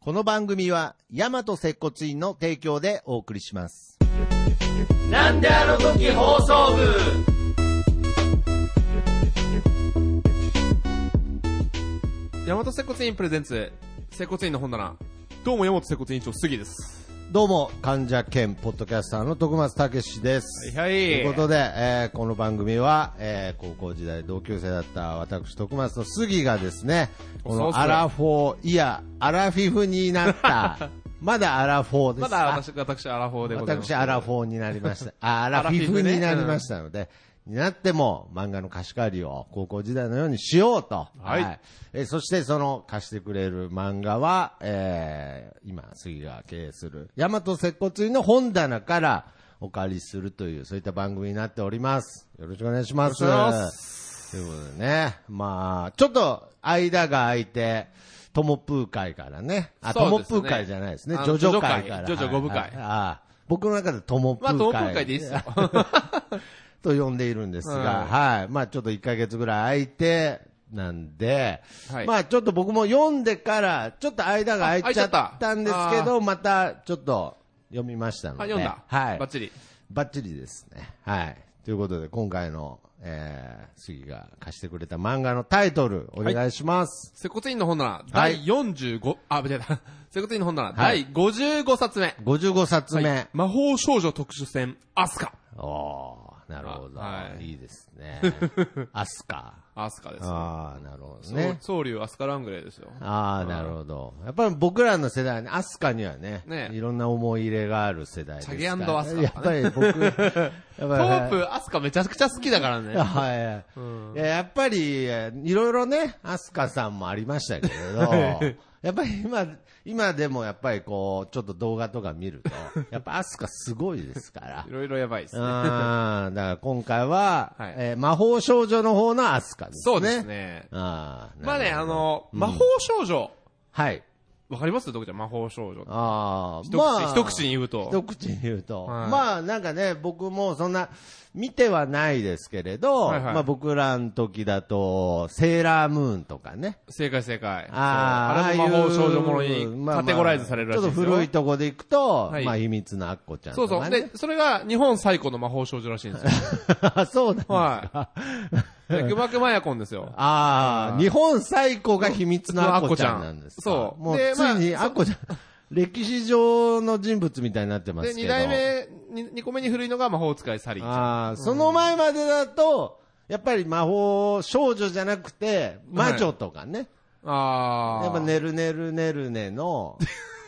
この番組は、ヤマト接骨院の提供でお送りします。なんであの時放送部大和接骨院プレゼンツ接骨院の本棚どうも大和接骨院長杉ですどうも、患者兼ポッドキャスターの徳松たけしです。はいはいということで、えーこの番組は、えー高校時代同級生だった私、徳松と杉がですね、こそうっのすねアラフォー、いや、アラフィフにな った、まだアラフォーですまか。だ私私アラフォーでございます私、アラフォーになりま した。あアラフィフになりましたので、になっても漫画の貸し借りを高校時代のようにしようと。はいえーそしてその貸してくれる漫画は、えー今、杉が経営する、大和接骨院の本棚からお借りするという、そういった番組になっております。よろしくお願いします。よろしくお願いしまということでね、まあ、ちょっと間が空いて、トモプー会からね。あ、そトうモですプーね会じゃないですね。あジョジョ会から。ジョジョ五部会はいはいああ僕の中でトモプーまあ会。同好会でいいっすよ と呼んでいるんですが、うんはい。まあちょっと1ヶ月ぐらい空いて、なんで、はいまあちょっと僕も読んでから、ちょっと間が空いちゃったんですけあ空いちゃど、またちょっと読みましたのあで。読んだはい。バッチリバッチリですね。はい。ということで、今回の、えー、杉が貸してくれた漫画のタイトル、お願いします。接骨院の本棚は第い45、あ間違えた接骨院の本棚はい第55冊目55冊目。魔法少女特殊戦アスカおー、なるほど。あはいい、いです ね。アスカ。アスカですあー、なるほどね。そう総流アスカラングレーですよあー、なるほど。やっぱり僕らの世代はね、アスカにはね、ねいろんな思い入れがある世代ですから。チャゲアスカやっぱり僕、やっぱり、ポープアスカめちゃくちゃ好きだからねはい、いややっぱり、えいろいろね、アスカさんもありましたけ れど、やっぱり今、今でもやっぱりこう、ちょっと動画とか見ると、やっぱアスカすごいですから い。ろいろやばいですね。あーだから今回は、はいえー魔法少女の方のアスカですね。そうです。ね。あーまあね、あ、なるほどの、魔法少女。はい。わかりますどこちゃん魔法少女。あ一あ、口、まあ、一口に言うと。一口に言うと、はいまあなんかね、僕もそんな見てはないですけれど、はいはいまあ僕らの時だと、セーラームーンとかね。正解正解。あーそうあれも魔ああ法いう少女ものにまあまあカテゴライズされるらしいですちょっよ。と古いとこで行くと、はいまあ秘密のアッコちゃんそとうそかう。ね。で、それが日本最古の魔法少女らしいんで すよ。あそうなんですか。はい。で、くまくまやこんですよ。あああ、ー日本最古が秘密のアッコちゃんなんですか。そうもうでついにアッコちゃん、歴史上の人物みたいになってまで、すけ二ど。代目、に二個目に古いのが魔法使いサリーちゃん。ああ、その前までだと、やっぱり魔法少女じゃなくて、魔女とかね。あーやっぱ。ねるねるねるねの、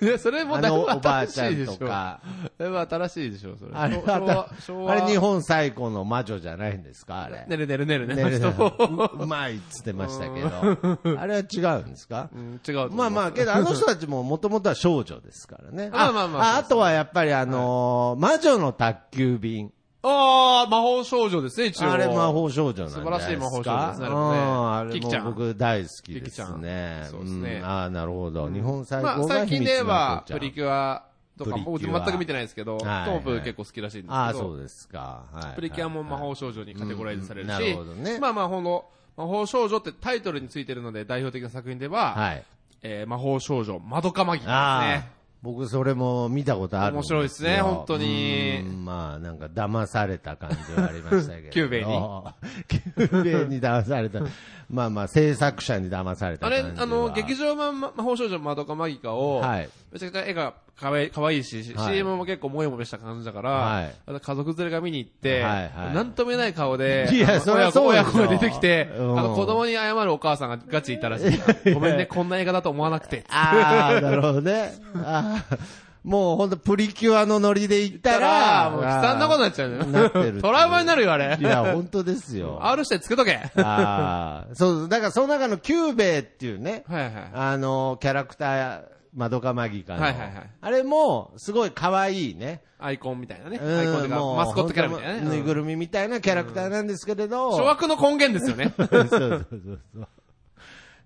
いや、それもあだいのぶおばあ新しちゃいでんしとょ。か。だいぶ新しいでしょ、それ。あれ、昭和、昭和。あれ日本最古の魔女じゃないんですかあれ。ねるねるねるね。ねるねあの人ううまいっつってましたけど。あれは違うんですかうん、違う。。まあまあ、けどあの人たちももともとは少女ですからねまあまあまあああとはやっぱりあのー魔女の宅急便。ああ、魔法少女ですね、一応。あれ魔法少女なんじゃないですか。素晴らしい魔法少女ですねうんあなるほどねれキキちゃんも僕大好きでキキちゃすんね。そうですねんああ、なるほど。日本最まあ高が最秘近密で言えのば、子ちゃプんリキュアとか、プリ僕キ全ュアく見てないですけど、トはいはいープ結構好きらしいんですけど、ああ、そうですか。はい。プリキュアも魔はい法少女にカテゴライズされるし、はいはいうんなるほどねまあまあ、この、魔法少女ってタイトルについてるので代表的な作品では、はい。えー魔法少女、マドカマギですあねあ。。僕それも見たことあるんよ面白いですね本当にうんまあなんか騙された感じはありましたけど。キューベイに キューベイに騙された。まあまあ制作者に騙されあた感れ、じは。あの、劇場版魔魔法少女マドカマギカを、はい。めちゃくちゃ絵がかわいかわいいし、はい CM も結構もやもやした感じだから、はいあの家族連れが見に行って、はいはいなんとも言えない顔で、いやあのそりゃそうで親しょ子親子が出てきて、うんあの子供に謝るお母さんがガチいたらし い。ごめんね、こんな映画だと思わなくて。ああ、なるほどね。あーもうほんとプリキュアのノリで行ったら、もう悲惨なことになっちゃうのなよってる。トラウマになるよ、あいれ。や、本当ですよ。 R してつけとけ。はいああ、そう、だからその中のキューベイっていうね、はい。あの、キャラクター、マドカマギカの、はいはいはいあれも、すごい可愛いね。アイコンみたいなね。うアイコンといん、うか、もう、マスコットキャラみたいなほんともうぬねい。ぐるみみたいなキャラクターなんですけれど、諸悪の根源ですよね。そうそうそうそう。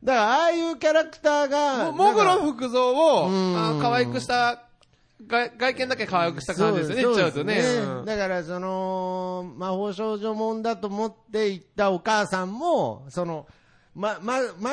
だから、ああいうキャラクターが、モグロ福造を、んあ可愛くした、外外見だけ可愛くした感じですよね、言っちゃうとね。そですうんだから、その、魔法少女もんだと思って行ったお母さんも、その、ま、ま、ま、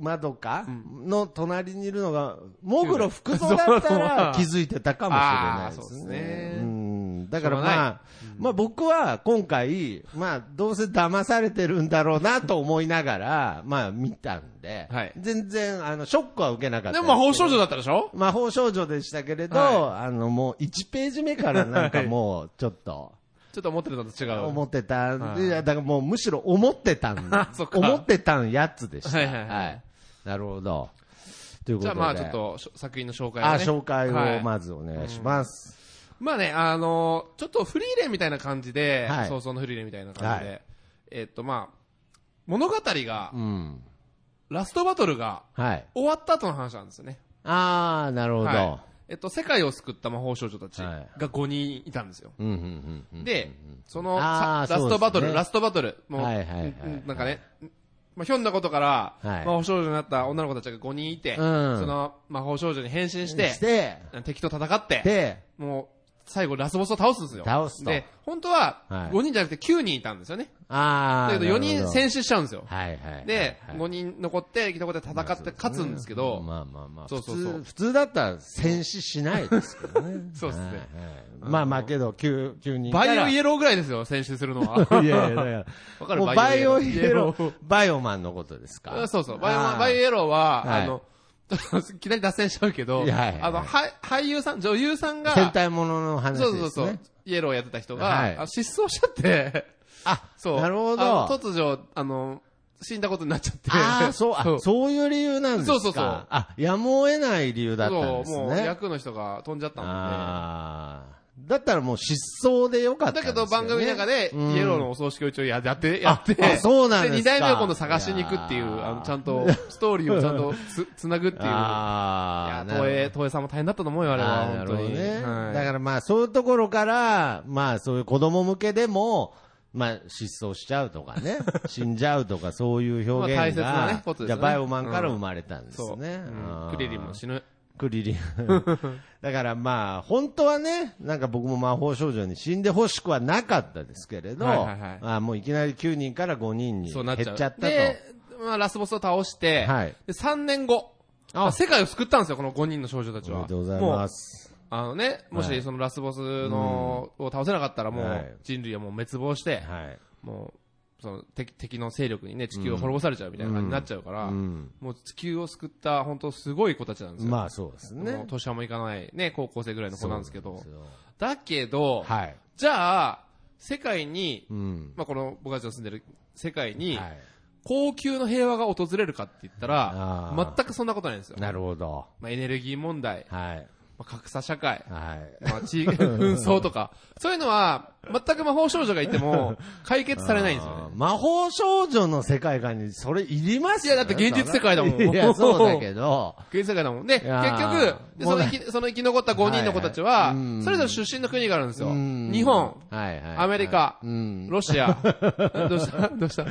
窓かの隣にいるのが、もぐろ福蔵だったら気づいてたかもしれないですね。あーそうですねうん。だからしょうがまあ、まあ僕は今回、まあどうせ騙されてるんだろうなと思いながら、まあ見たんで、はい全然あのショックは受けなかったですでもけ魔ど。法少女だったでしょ魔法少女でしたけれど、はあのもう1ページ目からなんかもうちょっ と。ちょっと思ってるのと違う。思ってたんはいで、いやだからもうむしろ思ってたんあそっか思ってたんやつでした。ははいいはいはいなるほど。ということじゃで。あまあちょっとしょ作品の紹介を、ね。あ、紹介はいをまずお願いします。まあね、あのちょっとフリーレンみたいな感じで、はい早々のフリーレンみたいな感じで、はえっとまあ、物語が、うん。ラストバトルがはい。終わった後の話なんですよね。あー、なるほど。はいえっと、世界を救った魔法少女たちがは5人いたんですよ。うん、うん、うんうん。で、そのさあーラそうですスねトバトル、ラストバトル、もう、はいはいはいはいうんなんかね、まあ、ひょんなことから、はい魔法少女になった女の子たちが5人いて、んその魔法少女に変身してし、て、敵と戦って、で、もう、最後ラスボスを倒すんですよ。倒すとで、本当ははい5人じゃなくて9人いたんですよね。あー。だけど4人選戦死しちゃうんですよ。はいはいはい。で、はい5人残って、生き残って戦って勝つんですけど、まあまあまあ。そうそうそう。普通、普通だったら戦死しないですけどねそうですねはいはい。まあまあけど、急、急に。バイオイエローぐらいですよ、選手するのは。 いやいや、だ から。わかるもうバイオイイエエロローー、バイオマンのことですかそうそう。バイオあーバイオイエローは、はいあの、 ちょっといきなり脱線しちゃうけど、いやはいはいあの、は俳優さん、女優さんが、戦隊ものの話ですそね。うそうそう、イエローやってた人が、はいあ失踪しちゃって、あ、 そう。なるほどあの突如、あの、死んだことになっちゃっ て。ああ、そう、そあう、そういう理由なんですかそうそうそうあ、やむを得ない理由だったんですそうもうね。役の人が飛んじゃったもんで。ああ。だったらもう失踪でよかったんだですけよね。ど番組の中で、イうんエローのお葬式を一応やって、やって、あそうなんですか二代目を今度探しに行くっていう、いやーあの、ちゃんと、ストーリーをちゃんとつ、つなぐっていう。いあやあ、、なるほ東ど映、東映さんも大変だったと思うよ、あれは、あー本当に。なるほどねはいだからまあそういうところから、まあそういう子供向けでも、まあ失踪しちゃうとか ね、死んじゃうとかそういう表現が、まあ大切なねことじですゃよあねバイオマンから生まれたんですそう。ね。うんあークリリンも死ぬ。クリ リン。だからまあ本当はね、なんか僕も魔法少女に死んでほしくはなかったですけれど、はいはいはいあーもういきなり9人から5人にそう減なっっちちゃゃう。ったと。で、まあ、ラスボスを倒して、はいで3年後、まあ世界を救ったんですよ、この5人の少女たおちは。めでとうございます。もうあのね、もはしいそのラスボスの、を倒せなかったらもはうい人類はもう滅亡して、はい。もう、その敵敵の勢力にね、地球を滅ぼされちゃうみたいな感じになっちゃうから、うん。もう地球を救った、本当すごい子たちなんですよ。まあそうですもうね。年はもいかない、ね、高校生ぐらいの子なんですけどそ。うだけど、はい。じゃあ、世界に、うん。まあ、この僕たちの住んでる世界に、はい高級の平和が訪れるかって言ったらあ、ー全くそんなことないんですよ。なるほど。まあ、エネルギー問題、はい。まあ、格差社 会、はい。まあ、地 紛争とか、そういうのは、全く魔法少女がいて も、解決されないんですよね。魔法少女の世界観にそれいりますいやだって現実世界だもんいや、そうだけど。現世界だもんね。い結や局ー、でその生き、その生き残った5人の子たちは、はいはいうんそれぞれ出身の国があるんですよ。うん日本、、はいはいはいアメリカうん。ロシア、どうしたどうしたい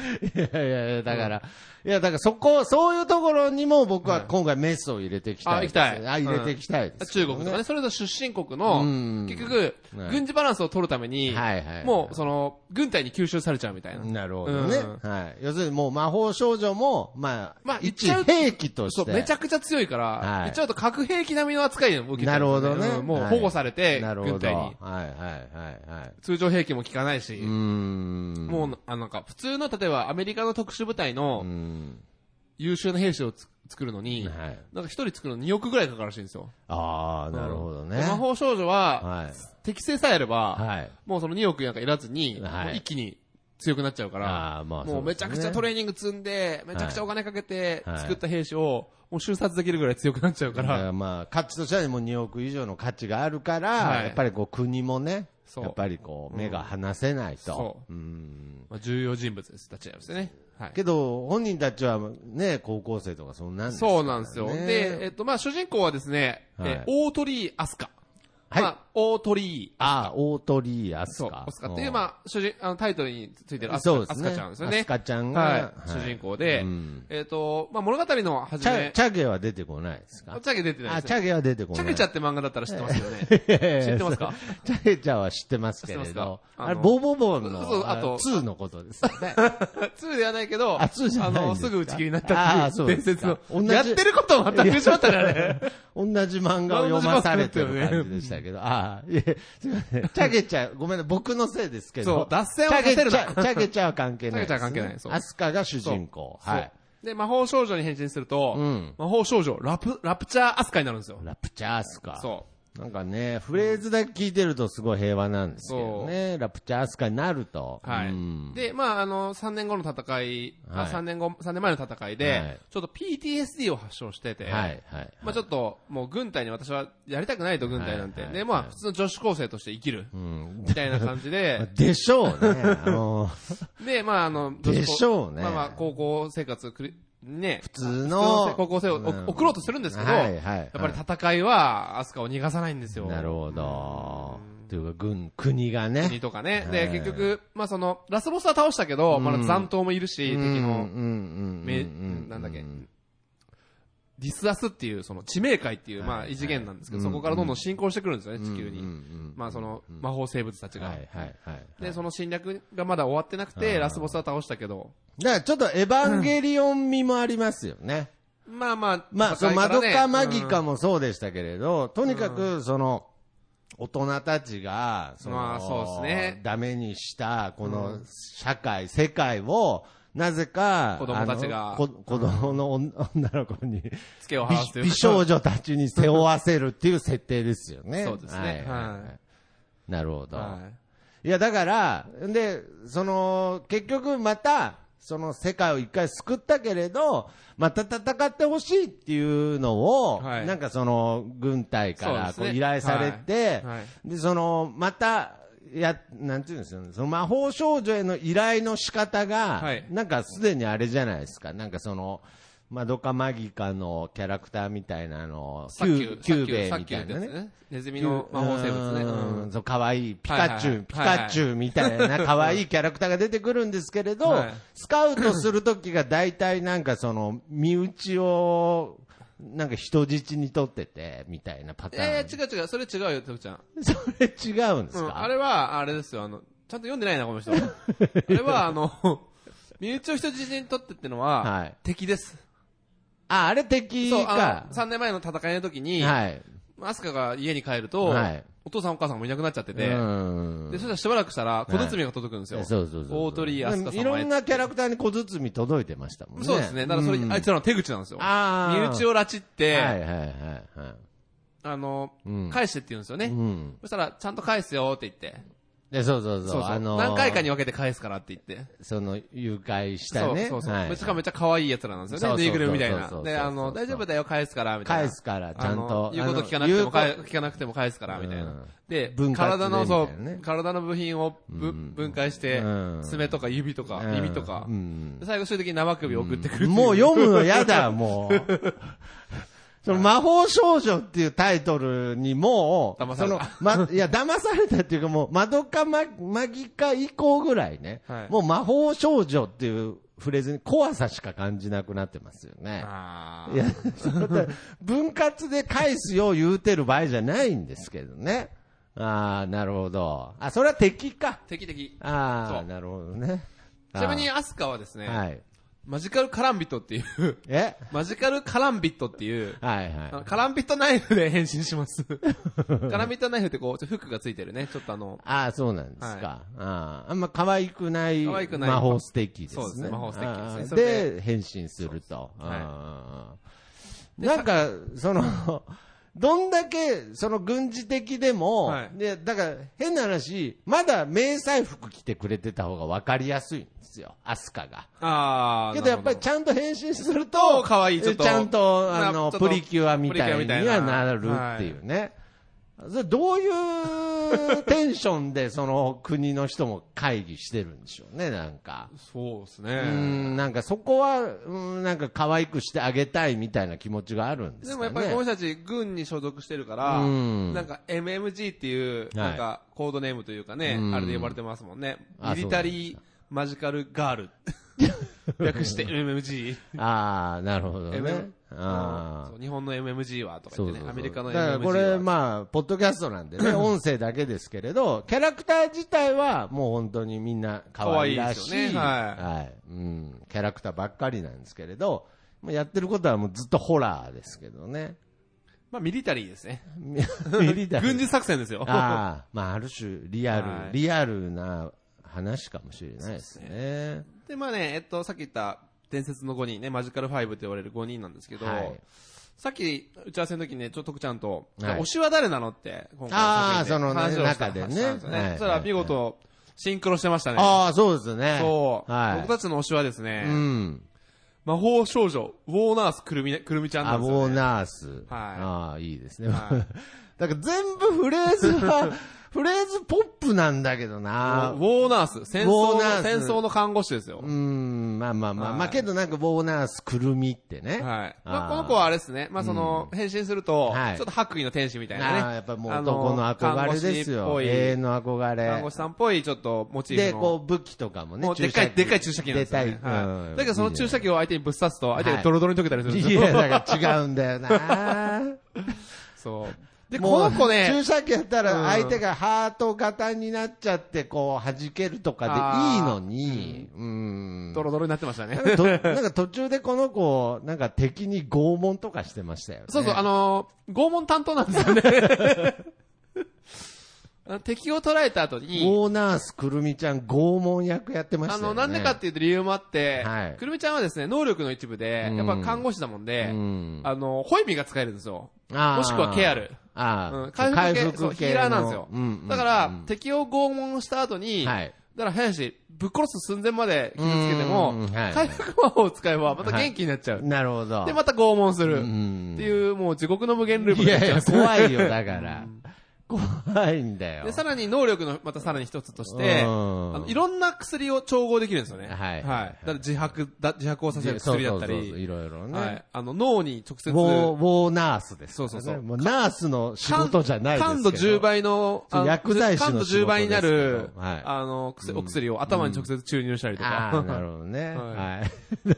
やいやいや、だから、いや、だからそこ、そういうところにも僕は今回メスを入れていきたいです。あ行きたいあ、入れていきたいです。中国とかね、それぞれ出身国のう、ん結局、はい軍事バランスを取るために、はいはい。もう、その、軍隊に吸収されちゃうみたいな。なるほどね。うんはい。要するにもう魔法少女も、まあ、まあ言っち一ゃう兵器としそう、て。めちゃくちゃ強いから、はい言っちゃうと核兵器並みの扱いを受けちなゃうんですよるほどねうんもうはい保護されて、なるほ軍ど。隊はいに。はいはいはい。通常兵器も効かないし、うーん。もう、あのなんか、普通の、例えばアメリカの特殊部隊うのん。優秀な兵士をつ作るのに、はい。なんか一人作るの2億ぐらいかかるらしいんですよ。ああ、なるほどね。で魔法少女は、はい。適正さえあれば、はい。もうその2億なんかいらずに、はいもう一気に強くなっちゃうから、ああ、まあ、もうめちゃくちゃトれ、レーニング積んで、めちゃくちゃお金かけてはい作った兵士を、もう収殺できるぐらい強くなっちゃうか、だかららまあ、価値としてはもう2億以上の価値があるから、はいやっぱりこう国もね、そうやっぱりこう目が離せないとそ。うん。まあ、重要人物です、立ち会いですね。はい。けど、本人たちはね、高校生とかそんなんですからそうなんですよ。ねで、えっと、まあ、主人公はですね、はいえー大鳥居アスカ。はいまあ、大鳥居。ああ、大鳥居アスそう、カ。オスカっていう、あまあ、主人、あの、タイトルについてるアスカそうでアすスね。カちゃんですよね。アスカちゃんが、はい、主人公で、うんえっ、と、まあ、物語のチ始ャめ、チャゲは出てこないですかチャゲ出てないあ、でチすね。ャゲは出てこチなャい。ゲちゃって漫画だったら知ってますよね。知知ってますか チャゲちゃんは知ってますけれ知ってますどか、あのあれ、ボーボーボーの、そうあと2のことですよ ね。 2ではないけど、あ2じゃないんの、ですかすぐ打ち切りになっあたーっていそううで伝す説かの。同じやってることは全く一緒だったからね。同じ漫画を読まされてる感じでした けど、ああ、いえ、すいません。チャゲちゃん、ごめんな、僕のせいですけど。そう脱線をさせるなチャゲちゃんチャゲちゃんは関係ないですね。チャゲちゃんは関係ないそうアスカが主人公。 はい。そう。で、魔法少女に変身すると、うん魔法少女、ラプ、ラプチャーアスカになるんですよ。ラプチャーアスカ。。そうなんかね、フレーズだけ聞いてるとすごい平和なんですけどね。ラプチャーアスカになると。う。はうんい。で、まあ、あの、3年後の戦い、はいあ3年後、三年前の戦いで、はいちょっと PTSD を発症してて、はい、はい。まあちょっと、もう軍隊に私はやりたくないと、軍隊なんて。はいはいで、まあ普通の女子高生として生きる。うん。、みたいな感じで でしょうね。 あの、普で、まああの、女子高でしょうねまあまあ高校生活をくり、ね、普通のの。高校生をおん送ろうとするんですけど、はい、はい。やっやっぱり戦いは、アスカを逃がさないんですよ。なるほど。というか、軍、国がね。国とかね。で、はい結局、まあその、ラスボスは倒したけど、まだ残党もいるし、う敵ん、のうんうんめ、うんなんだっけう、ディスアスっていう、その、地名界っていう、まあ異次元なんですけど、そこからどんどん進行してくるんですよね、地う球んうんに。うんまあその、魔法生物たちが。はいはいはい。で、その侵略がまだ終わってなくて、ラスボスは倒したけど、だからちょっとエヴァンゲリオン味もありますよね。まあまあ、まあ、そのマ戦ドいらねカマギカもそうでしたけれど、とにかく、その、大人たちが、その、まあそうですねダメにした、この、社会、世界を、なぜか、子供たちあがのこ子供の女女の子に、つけを美話すという。美少女たちに背負わせるっていう設定ですよね。。そうですねはいなるほど。 はいいや、だから、で、その、結局また、その世界を一回救ったけれど、また戦ってほしいっていうのを、はいなんかその、軍隊からそこうですねう依頼されて、はいはいで、その、また、や、なんていうんですよね、その魔法少女への依頼の仕方が、はいなんかすでにあれじゃないですか、なんかその、マドカマギカのキャラクターみたいなの、さっき言う、キューベイさっみき言たういさっき言なねったやつ。ね。ネズミの魔法生物ね。うんうんそう、可愛いピカチュウ、ピはいはいカチュウみたいな可愛いキャラクターが出てくるんですけれど はい、スカウトするときが大体なんかその、身内を、なんか人質に取ってて、みたいなパいタやいや、ーン。違う違う、それ違うよ、徳ちゃん。それ違うんでうすん、あかれは、あれですよ、あの、ちゃんと読んでないな、この 人。あれは、あの、身内を人質にとってってのは、はい敵です。あ、あれ敵そう、あかの、。3年前の戦いの時に、はい。アスカが家に帰ると、はいお父さんお母さんもいなくなっちゃってて、うんで、そしたらしばらくしたら、小包が届くんですよ。そうそうそうそう。大鳥居飛鳥様へいろんなキャラクターに小包届いてましたもんね。そうですね。だからそれ、うんあいつらの手口なんですよ。あ身ー内を拉致って、はいはいはいはい。あの、うん返してって言うんですよね。うん。そしたら、ちゃんと返すよって言って。で、そうそうそそうう。そう。あのー何回かに分けて返すからって言って。その、誘拐したね。そうそうそう。はいめちゃめちゃ可愛い奴らなんですよね。そうそうぬそういぐるみみたいそうそうそな。うで、あの、大丈夫だよ、返すから、みたいな。返すから、ちゃんあのと。言うこと聞かなくても、返聞かなくても返すから、みたいうんな。で分、割で体の、そみたいなねう、体の部品をぶ分解してうん、爪とか指とか、耳指とかう。んで最後、終的に生首を送ってくるってい。もう読むのやだ、も う。その魔法少女っていうタイトルにもう、騙そされのた、ま、いや、騙されたっていうかもう、マドカママギカ以降ぐらいね、はいもう魔法少女っていうフレーズに怖さしか感じなくなってますよね。 あいーや、そうだ分割で返すよう言うてる場合じゃないんですけどね。ああ、なるほど。あ、それは敵か。敵敵。ちあそあ、うなるほどね。なみに、あアスカはですー、ね、はい。マジカルカランビットっていう、 えマジカルカランビットっていう、はいあのはい。カランビットナイフで変身 します。カランビットナイフってこう、ちょっとフックがついてるね。ちょっとあの、ああ、そうなんですか。ああ、あんま可愛くない可愛くない魔法ステーキですね。そうですね魔法ステーキですねああそれで、変身すると。うはいああなんか、その、 どんだけ、その軍事的でも、はいで、だから変な話、まだ迷彩服着てくれてた方が分かりやすいんですよ、アスカが。あーけどやっぱりちゃんと変身すると、可愛いちょっとゃんと、あまの、あちょっとプリキュアみたいにはなるっていうね。それどういうテンションでその国の人も会議してるんでしょうね、なんか。そうですうね。ん、なんかそこは、うん、なんか可愛くしてあげたいみたいな気持ちがあるんですでかね。もやっぱりこの人たち軍に所属してるから、うんなんか MMG っていう、なんかコードネームというかね、うんあれで呼ばれてますもんね。あミリタリーマジカル ガール。略して MMG。ああ、なるほどね MM。あそあう。日本の MMG はとかそ言うっそうそてうね、アメリカの MMG だからは。これ、まあ、ポッドキャストなんで ね、音声だけですけれど、キャラクター自体はもう本当にみんな可愛らしい。可愛いですよねはいいうん。キャラクターばっかりなんですけれど、まあやってることはもうずっとホラーですけど ね。まあミリタリーですね。 ミリタリー 軍事作戦ですよ。ああ、まあ、ある種、リアル、はいリアルな話かもしれないですね。で、まあね、えっと、さっき言った伝説の5人ね、マジカル5と言われる5人なんですけど、はいさっき打ち合わせの時にね、ちょっと徳ちゃんと、はい推しは誰なのって、今回あー作品そのね話をした中でね話したんすよはいそしたら見事、シンクロしてましたね。ああ、そうですね。そう、はい。僕たちの推しはですね、うん。魔法少女、ウォーナースくるみ、くるみちゃんなアんですボよ、ーね。ナース。ああ、いいですね。 だから全部フレーズは、 フレーズポップなんだけどなウ。ォーナース、戦争ウォーの、ナース戦争の看護師ですよ。うーん、まあまあまあ、はいまあけどなんかボーナースくるみってね。はい。あまーあ、この子はあれですね。まあ、その、変身すると、はいちょっと白衣の天使みたいなね。ああ、やっぱもう男の憧れですあの看護よ。師っぽい永遠の憧看護れ師。さんっぽい、ちょっと、モチーフの。で、こう武器とかもねもう。でっかい、でっかい注射器なんでですよ、ね。かいはうんい。だけどその注射器を相手にぶっ刺すと、相手はいがドロドロに溶けたりするんですいよ。や、だから違うんだよな そう。で、もこうの子ね注、射器やったらうん相手がハート型になっちゃって、こう、弾けるとかでいいのに、うん。ドロドロになってましたね。となんか途中でこの子、なんか敵に拷問とかしてましたよね。そうそう、あのー、拷問担当なんですよね。 あの敵を捕らえた後に、オーナースくるみちゃん拷問役やってましたあよね。の、なんでかっていうと理由もあってはい、くるみちゃんはですね、能力の一部でう、んやっぱ看護師だもんでう、んあの、ホイミが使えるんですよ。あーもしくはケアル。あーうん回復系そうヒーラーなんですよだから、うん敵を拷問した後に、はい。だから林、ぶっ殺す寸前まで傷つけてうんも、はい回復魔法を使えばまた元気になっちゃう。なるほど。で、また拷問する。うんっていう、もう地獄の無限ループいになっやちいゃうんや、ですよ怖いよ、だから。怖いんだよ。で、さらに能力の、またさらに一つとして、うあんのいろんな薬を調合できるんですよね。はいだから自白だ、自白をさせる薬だったそうそうそうそういり、ろいろね。はい。あの、脳に直接、ウォー、ウォーナースですからね。そうそうそうもうナースの仕事じゃないですけど。感度10。倍の、あの薬剤師の感度10倍にな仕事るですけ、どはいあの、薬お薬を頭に直接注入したりと ああ、なか、るほどね。は。はい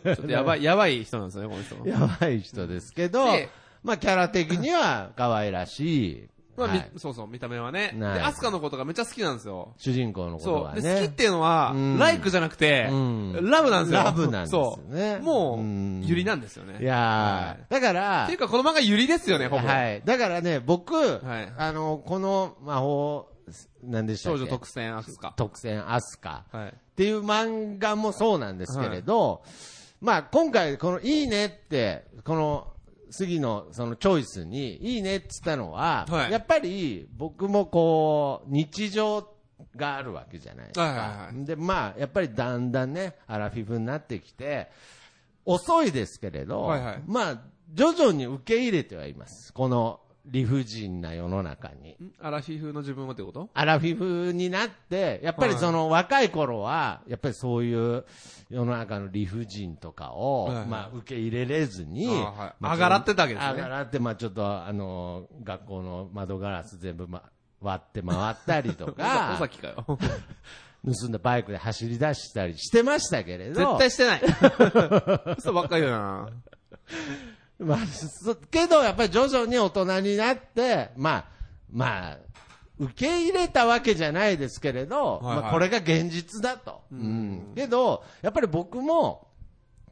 ちょっとやばい、やばい人なんですよね、この人。やばい人ですけど で、まあキャラ的には可愛らしい。まあ、はみいそうそう、見た目はね。で、はいアスカのことがめっちゃ好きなんですよ。主人公のことそはね。う。で、好きっていうのはう、んライクじゃなくてうん、ラブなんですよ。ラブなんですよねそう。もうんう、ゆりなんですよね。いやーだかっらていう、か、この漫画ゆりですよね、ほぼ。はい。だからね、僕、いあの、この魔法、なんでしたっ少け女特選アスカ。特選アスカはい。っていう漫画もそうなんですけれど、まあ今回このいいねって、この杉のそのチョイスにいいねって言ったのは、はいやっぱり僕もこう日常があるわけじゃないですか。はいはいはで、まあやっぱりだんだんね、アラフィフになってきて、遅いですけれど、はいはいまあ徐々に受け入れてはいます。この理不尽な世の中に。んアラフィフの自分はってことアラフィフになって、やっぱりその若い頃は、やっぱりそういう世の中の理不尽とかを、はいはいまあ受け入れれずに、あーはいまああがらってたわけですねあがらって、まあちょっとあの、学校の窓ガラス全部、ま、割って回ったりと 尾か、崎 かよ。盗んだバイクで走り出したりしてましたけれど、絶対して ない。嘘ばっかりだな。まあ、そけどやっぱり徐々に大人になって、まあ、まあ、受け入れたわけじゃないですけれど、はいはいまあ、これが現実だと。うんけど、やっぱり僕も、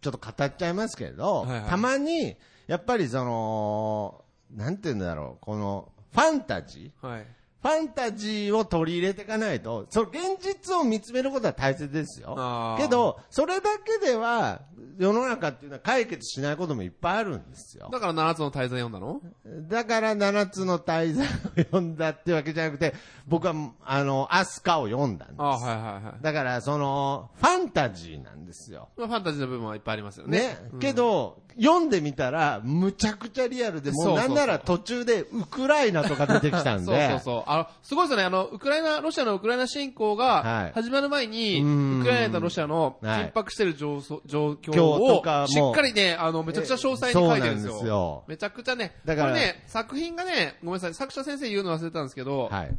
ちょっと語っちゃいますけれど、はいはいたまに、やっぱりその、なんて言うんだろう、この、ファンタジーはい。フファンタジーを取り入れていかないと、その現実を見つめることは大切ですあよ。ーけど、それだけでは、世の中っていうのは解決しないこともいっぱいあるんですよ。だから7つの大罪読んだのだから、七つの大罪を読んだってわけじゃなくて、僕は、あの、アスカを読んだんです。ああ、はいはいはい。だから、その、ファンタジーなんですよ。まあ、ファンタジーの部分はいっぱいありますよね。ね。けど、読んでみたら、むちゃくちゃリアルで、もそううそうなそんうなら途中でウクライナとか出てきたんで。そうそうそう。あの、すごいですよね。あの、ウクライナ、ロシアのウクライナ侵攻はがい始まる前に、うんウクライナとロシアの緊迫してる状,、状況況とをかも、しっかりね、あの、めちゃくちゃ詳細に書いてるんですえそうなよ。んですよめちゃくちゃね。だからこれね、作品がね、ごめんなさい、作者先生言うの忘れたんですけど、はい。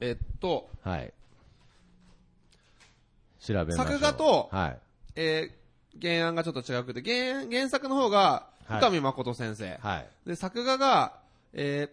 えっと、はい。調べましょう作画とはい。えー原案がちょっと違くて、原、原作の方が、はい深見誠先生。はい。で、作画が、えーっ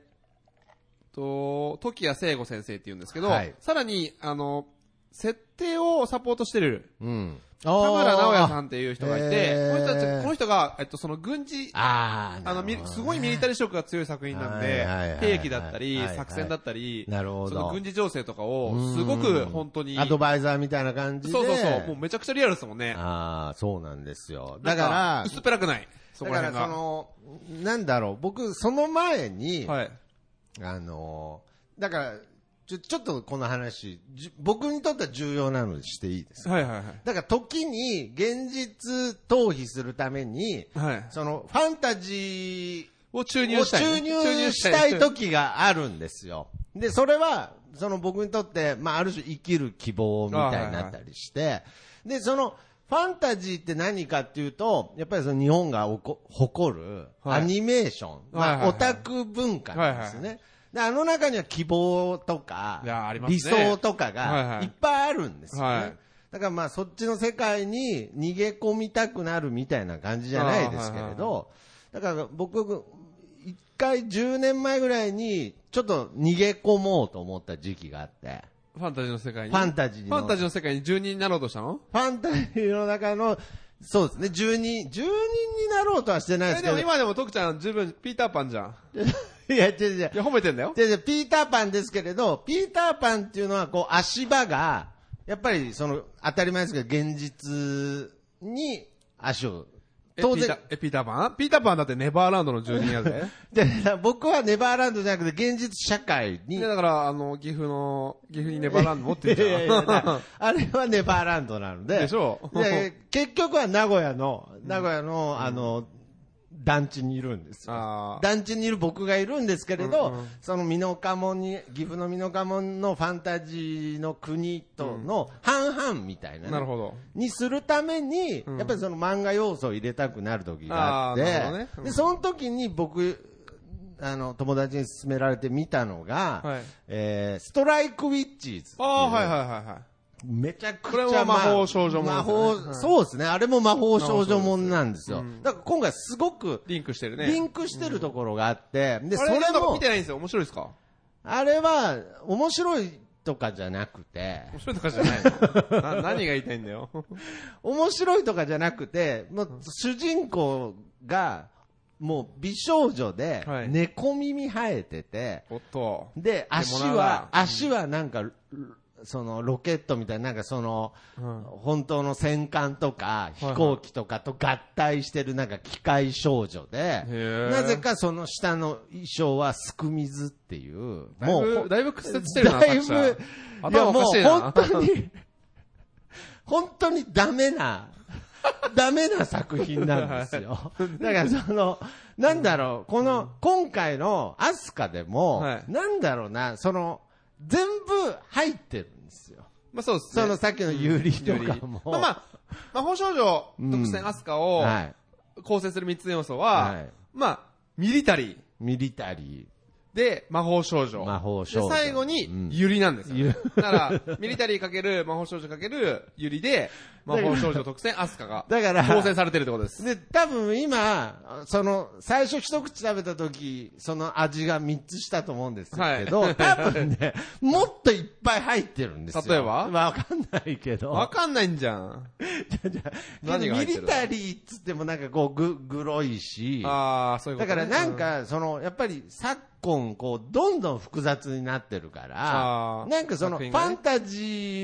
と、時谷聖吾先生って言うんですけど、はいさらに、あの、設定をサポートしてる、うん。田村直哉さん。んっていう人がいて、へーこの人たちこの人が、えっと、その軍事、あーあの、みすごいミリタリー色が強い作品なんではいはいはいはい、兵器だったはりいはい、作戦だったり、なるほそどの軍事情勢とかを、すごく本当に、アドそうバイザーみたいな感じで。そうそう、もうめちゃくちゃリアルですもんね。ああ、そうなんですよ。だからなん、薄っぺらくない。そだこからら辺が。その、なんだろう、僕、その前に、はい。あのー、だから、ちょ、ちょっとこの話、じゅ僕にとっては重要なのでしていいです。はいはいはい。だから時に現実逃避するために、はい。そのファンタジーを注入をしたい。注入したいと時があるんですよ。で、それは、その僕にとって、まあ、ある種生きる希望みたいになったりして、で、その、ファンタジーって何かっていうと、やっぱりその日本がおこ誇るはアいニメーション、はいはいまはあ、いオタク文化なんですね。であの中には希望とか、いやありますね理想とかはいはがいいっぱいあるんですよね。はいだからまあそっちの世界に逃げ込みたくなるみたいな感じじゃないですけれど、だから僕、一回10年前ぐらいに、ちょっと逃げ込もうと思った時期があって、ファンタジーの世界に。ファンタジーのファンタジーの世界に住人になろうとしたのファンタジーの中の、そうですね、住人、住人になろうとはしてないでえすけでど、もい今でも徳ちゃん十分ピーターパンじゃん。 や、違う違うい。や、褒めてんだよ。で、でピーターパンですけれど、ピーターパンっていうのは、こう、足場が、やっぱり、その、当たり前ですけど、現実に足を、え当ピータ然ー、え、ピーターパンピーターパンだってネバーランドの住人やで。で僕はネバーランドじゃなくて、現実社会にで、、だから、あの、岐阜の、岐阜にネバーランド持ってるいやいやいじやゃだかんら。あれはネバーランドなので。でしょうで結局は名古屋の、名古屋の、あの、団地にいるんですよ。あー団地にいる僕がいるんですけれど、うんうんその美濃加門に、岐阜の美濃加門のファンタジーの国との半々みたいなね、なるほど。にするために、うんやっぱりその漫画要素を入れたくなる時があって、あーなるほどねうんで、その時に僕、あの、友達に勧められて見たのが、はいえーストライクウィッチーズっていうああ、はいはいはいはい。めちゃくちこれゃも魔法少女もんですね魔法、はいそうですね。あれも魔法少女もんなんですよ。だから今回すごくリンクしてるね。リンクしてるところがあって、で、そあれなんかも見て、ないんですよ。面白いですかあれは面白いとかじゃなくて、面白いとかじゃないのな何が言いたいんだよ。面白いとかじゃなくて、もう主人公がもう美少女ではい猫耳生えてて、おっと。で、足でもはな、足はなんか、そのロケットみたいな、なんかその、うん本当の戦艦とかい飛はい行機とかと合体してるなんか機械少女で、へーなぜかその下の衣装はすく水っていう、もう、だいぶ、だいぶ屈折してるな、だい作者ぶ、いや頭もおうかしいな。本当に、 本当にダメな、ダメな作品なんです よ。だからその、なんだろう、この、今回のアスカでも、はいなんだろうな、その、全部入ってるんですよ。まあそうですね。そのさっきのユーリとよりかも。まあまあ、魔法少女特選アスカをはい。構成する3つの要素は、はいまあ、ミリタリミリタリーで魔法少女。魔法少女で、最後うんに、ユリなんですよ、ねだから、ミリタリーかける魔法少女かけるユ リで、魔法少女特選アスカがー。だから、構成されてるってことです。で、多分今、その、最初一口食べた時、その味が3つしたと思うんですけど、はい多分 ね、もっといっぱい入ってるんですよ。例えばわかんないけど。わかんないんじゃん。何が入ミってリるタリーっつってもなんかこう、ぐ、グロいし、ああ、そういうこだと、ね。からなん、か、その、やっぱりサッ本、こう、どんどん複雑になってるからあ、ーなんかその、フ作品がァねンタジ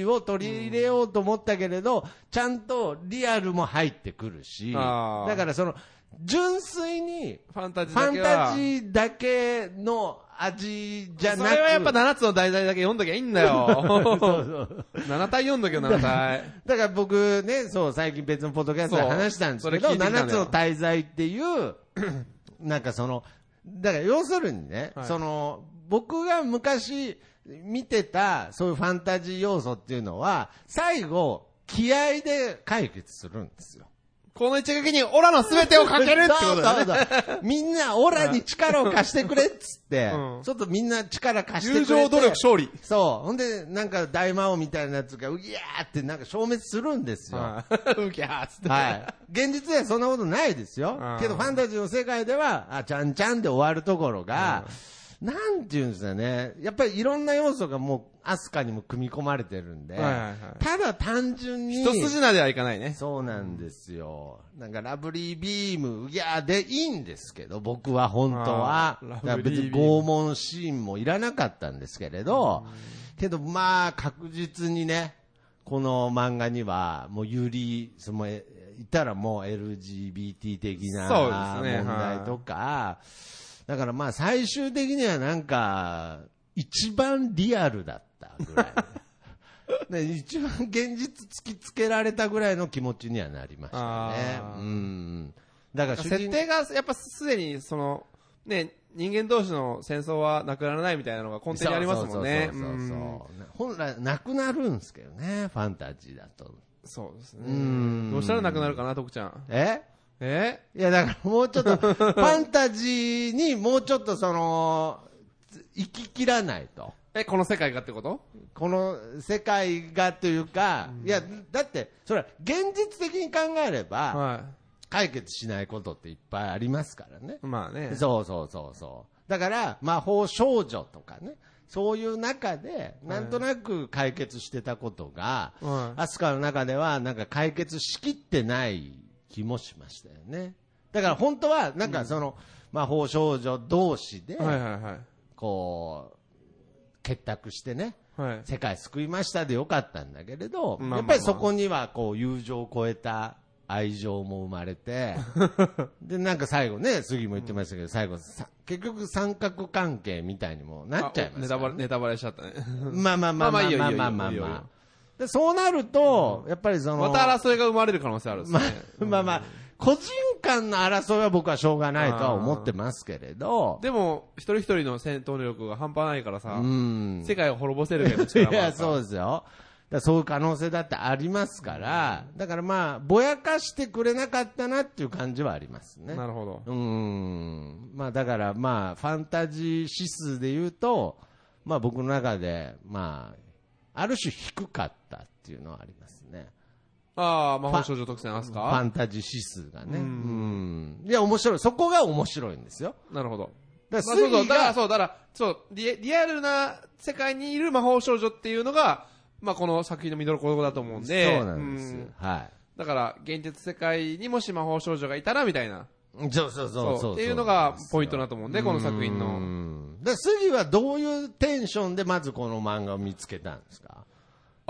ーを取り入れようと思ったけれど、ちゃんとリアルも入ってくるし、だあーからその、純粋に、ファンタジフーだァンけタは。ジーだけの味じゃなくそれはやっぱ7つの題材だけ読んどきゃいいんだ そよ。う7体読んどきよ、7体。 だから僕ね、そう、最近別のポッドキャストで話したんですけど、そうそれ聞いてきた7んつだよの滞在っていう、 なんかその、だから要するにね、はいその、僕が昔見てた、そういうファンタジー要素っていうのは、最後、気合で解決するんですよ。この一撃にオラの全てをかけるってことだね。そうそうそうみんな、オラに力を貸してくれっつって、うんちょっとみんな力貸してく友れて。情努力勝利。そう。ほんで、なんか大魔王みたいなやつが、うぎゃーってなんか消滅するんですよ。はい。 ウキャーっつって。はい。現実ではそんなことないですよう。んけどファンタジーの世界では、あ、ちゃんちゃんで終わるところが、なんていうんですかね。やっぱりいろんな要素がもう、アスカにも組み込まれてるんで、はいはいはいただ単純に、一筋縄ではいかないね。そうなんですよ。なんかラブリービーム、いやでいいんですけど、僕は本当はあ。ーだラからブリ別ービーにム拷問シーンもいらなかったんですけれど、けどまあ確実にね、この漫画には、もうユリ、その、え言ったらもう LGBT 的なそ問うですね題とか、だからまあ最終的にはなんか、一番リアルだったぐらい。 ね、一番現実突きつけられたぐらいの気持ちにはなりましたねあ。ーうん。だから主人設定が、やっぱすでに、その、ね、人間同士の戦争はなくならないみたいなのが根底にありますもんね。そうそうそうそううん本来、なくなるんですけどね、ファンタジーだと。そうですうんね。どうしたらなくなるかな、徳ちゃん。ええいや、だからもう ちょっと、ファンタジーにもうちょっとその、行ききらないと。え、この世界がってことこの世界がというか、いや、だって、それは現実的に考えれば、は解決しないことっていっぱいありますからねい。。まあね。そうそうそうそう。だから、魔法少女とかね、そういう中で、なんとなく解決してたことが、はいアスカの中では、なんか解決しきってない気もしましたよね。だから本当は、なんかその、魔法少女同士で、はいはいはい。こう、結託してね、はい。世界救いましたでよかったんだけれど、まあまあまあやっぱりそこにはこう友情を超えた愛情も生まれ て、で、なんか最後ね、杉も言ってましたけど、最後さ、結局三角関係みたいにもなっちゃいあおまネすタかバらレ、ね、ネタバレしちゃっ たね。まあまあまあままあまああいいよまあいいよまあまあいいよいいまよあ。で、そうなると、やっぱりその、また争いが生まれる可能性あるんですまね。あまあまあ、個人間の争いは僕はしょうがないとは思ってますけれど、でも、一人一人の戦闘力が半端ないからさう、ん。世界を滅ぼせるぐらいの力いもあや、るからそうですよ。だからそういう可能性だってありますから、だからまあ、ぼやかしてくれなかったなっていう感じはありますね。なるほど。うーん。まあだからまあ、ファンタジー指数で言うと、まあ僕の中で、まあ、ある種低かったっていうのはありますね。ああ、魔法少女特選アスファカンタジー指数がね。うん。いや、面白い。そこが面白いんですよ。なるほど。だまから、あそうスそう、ギだからが、そう、だから、そう、リリアルな世界にいる魔法少女っていうのが、まあこの作品の見どころだと思うんで、そうなんですよん。はい。だから、現実世界にもし魔法少女がいたらみたいな、そうそうそうそうそう、っていうのがポイントだと思うんで、この作品うの。んで、杉はどういうテンションでまずこの漫画を見つけたんですか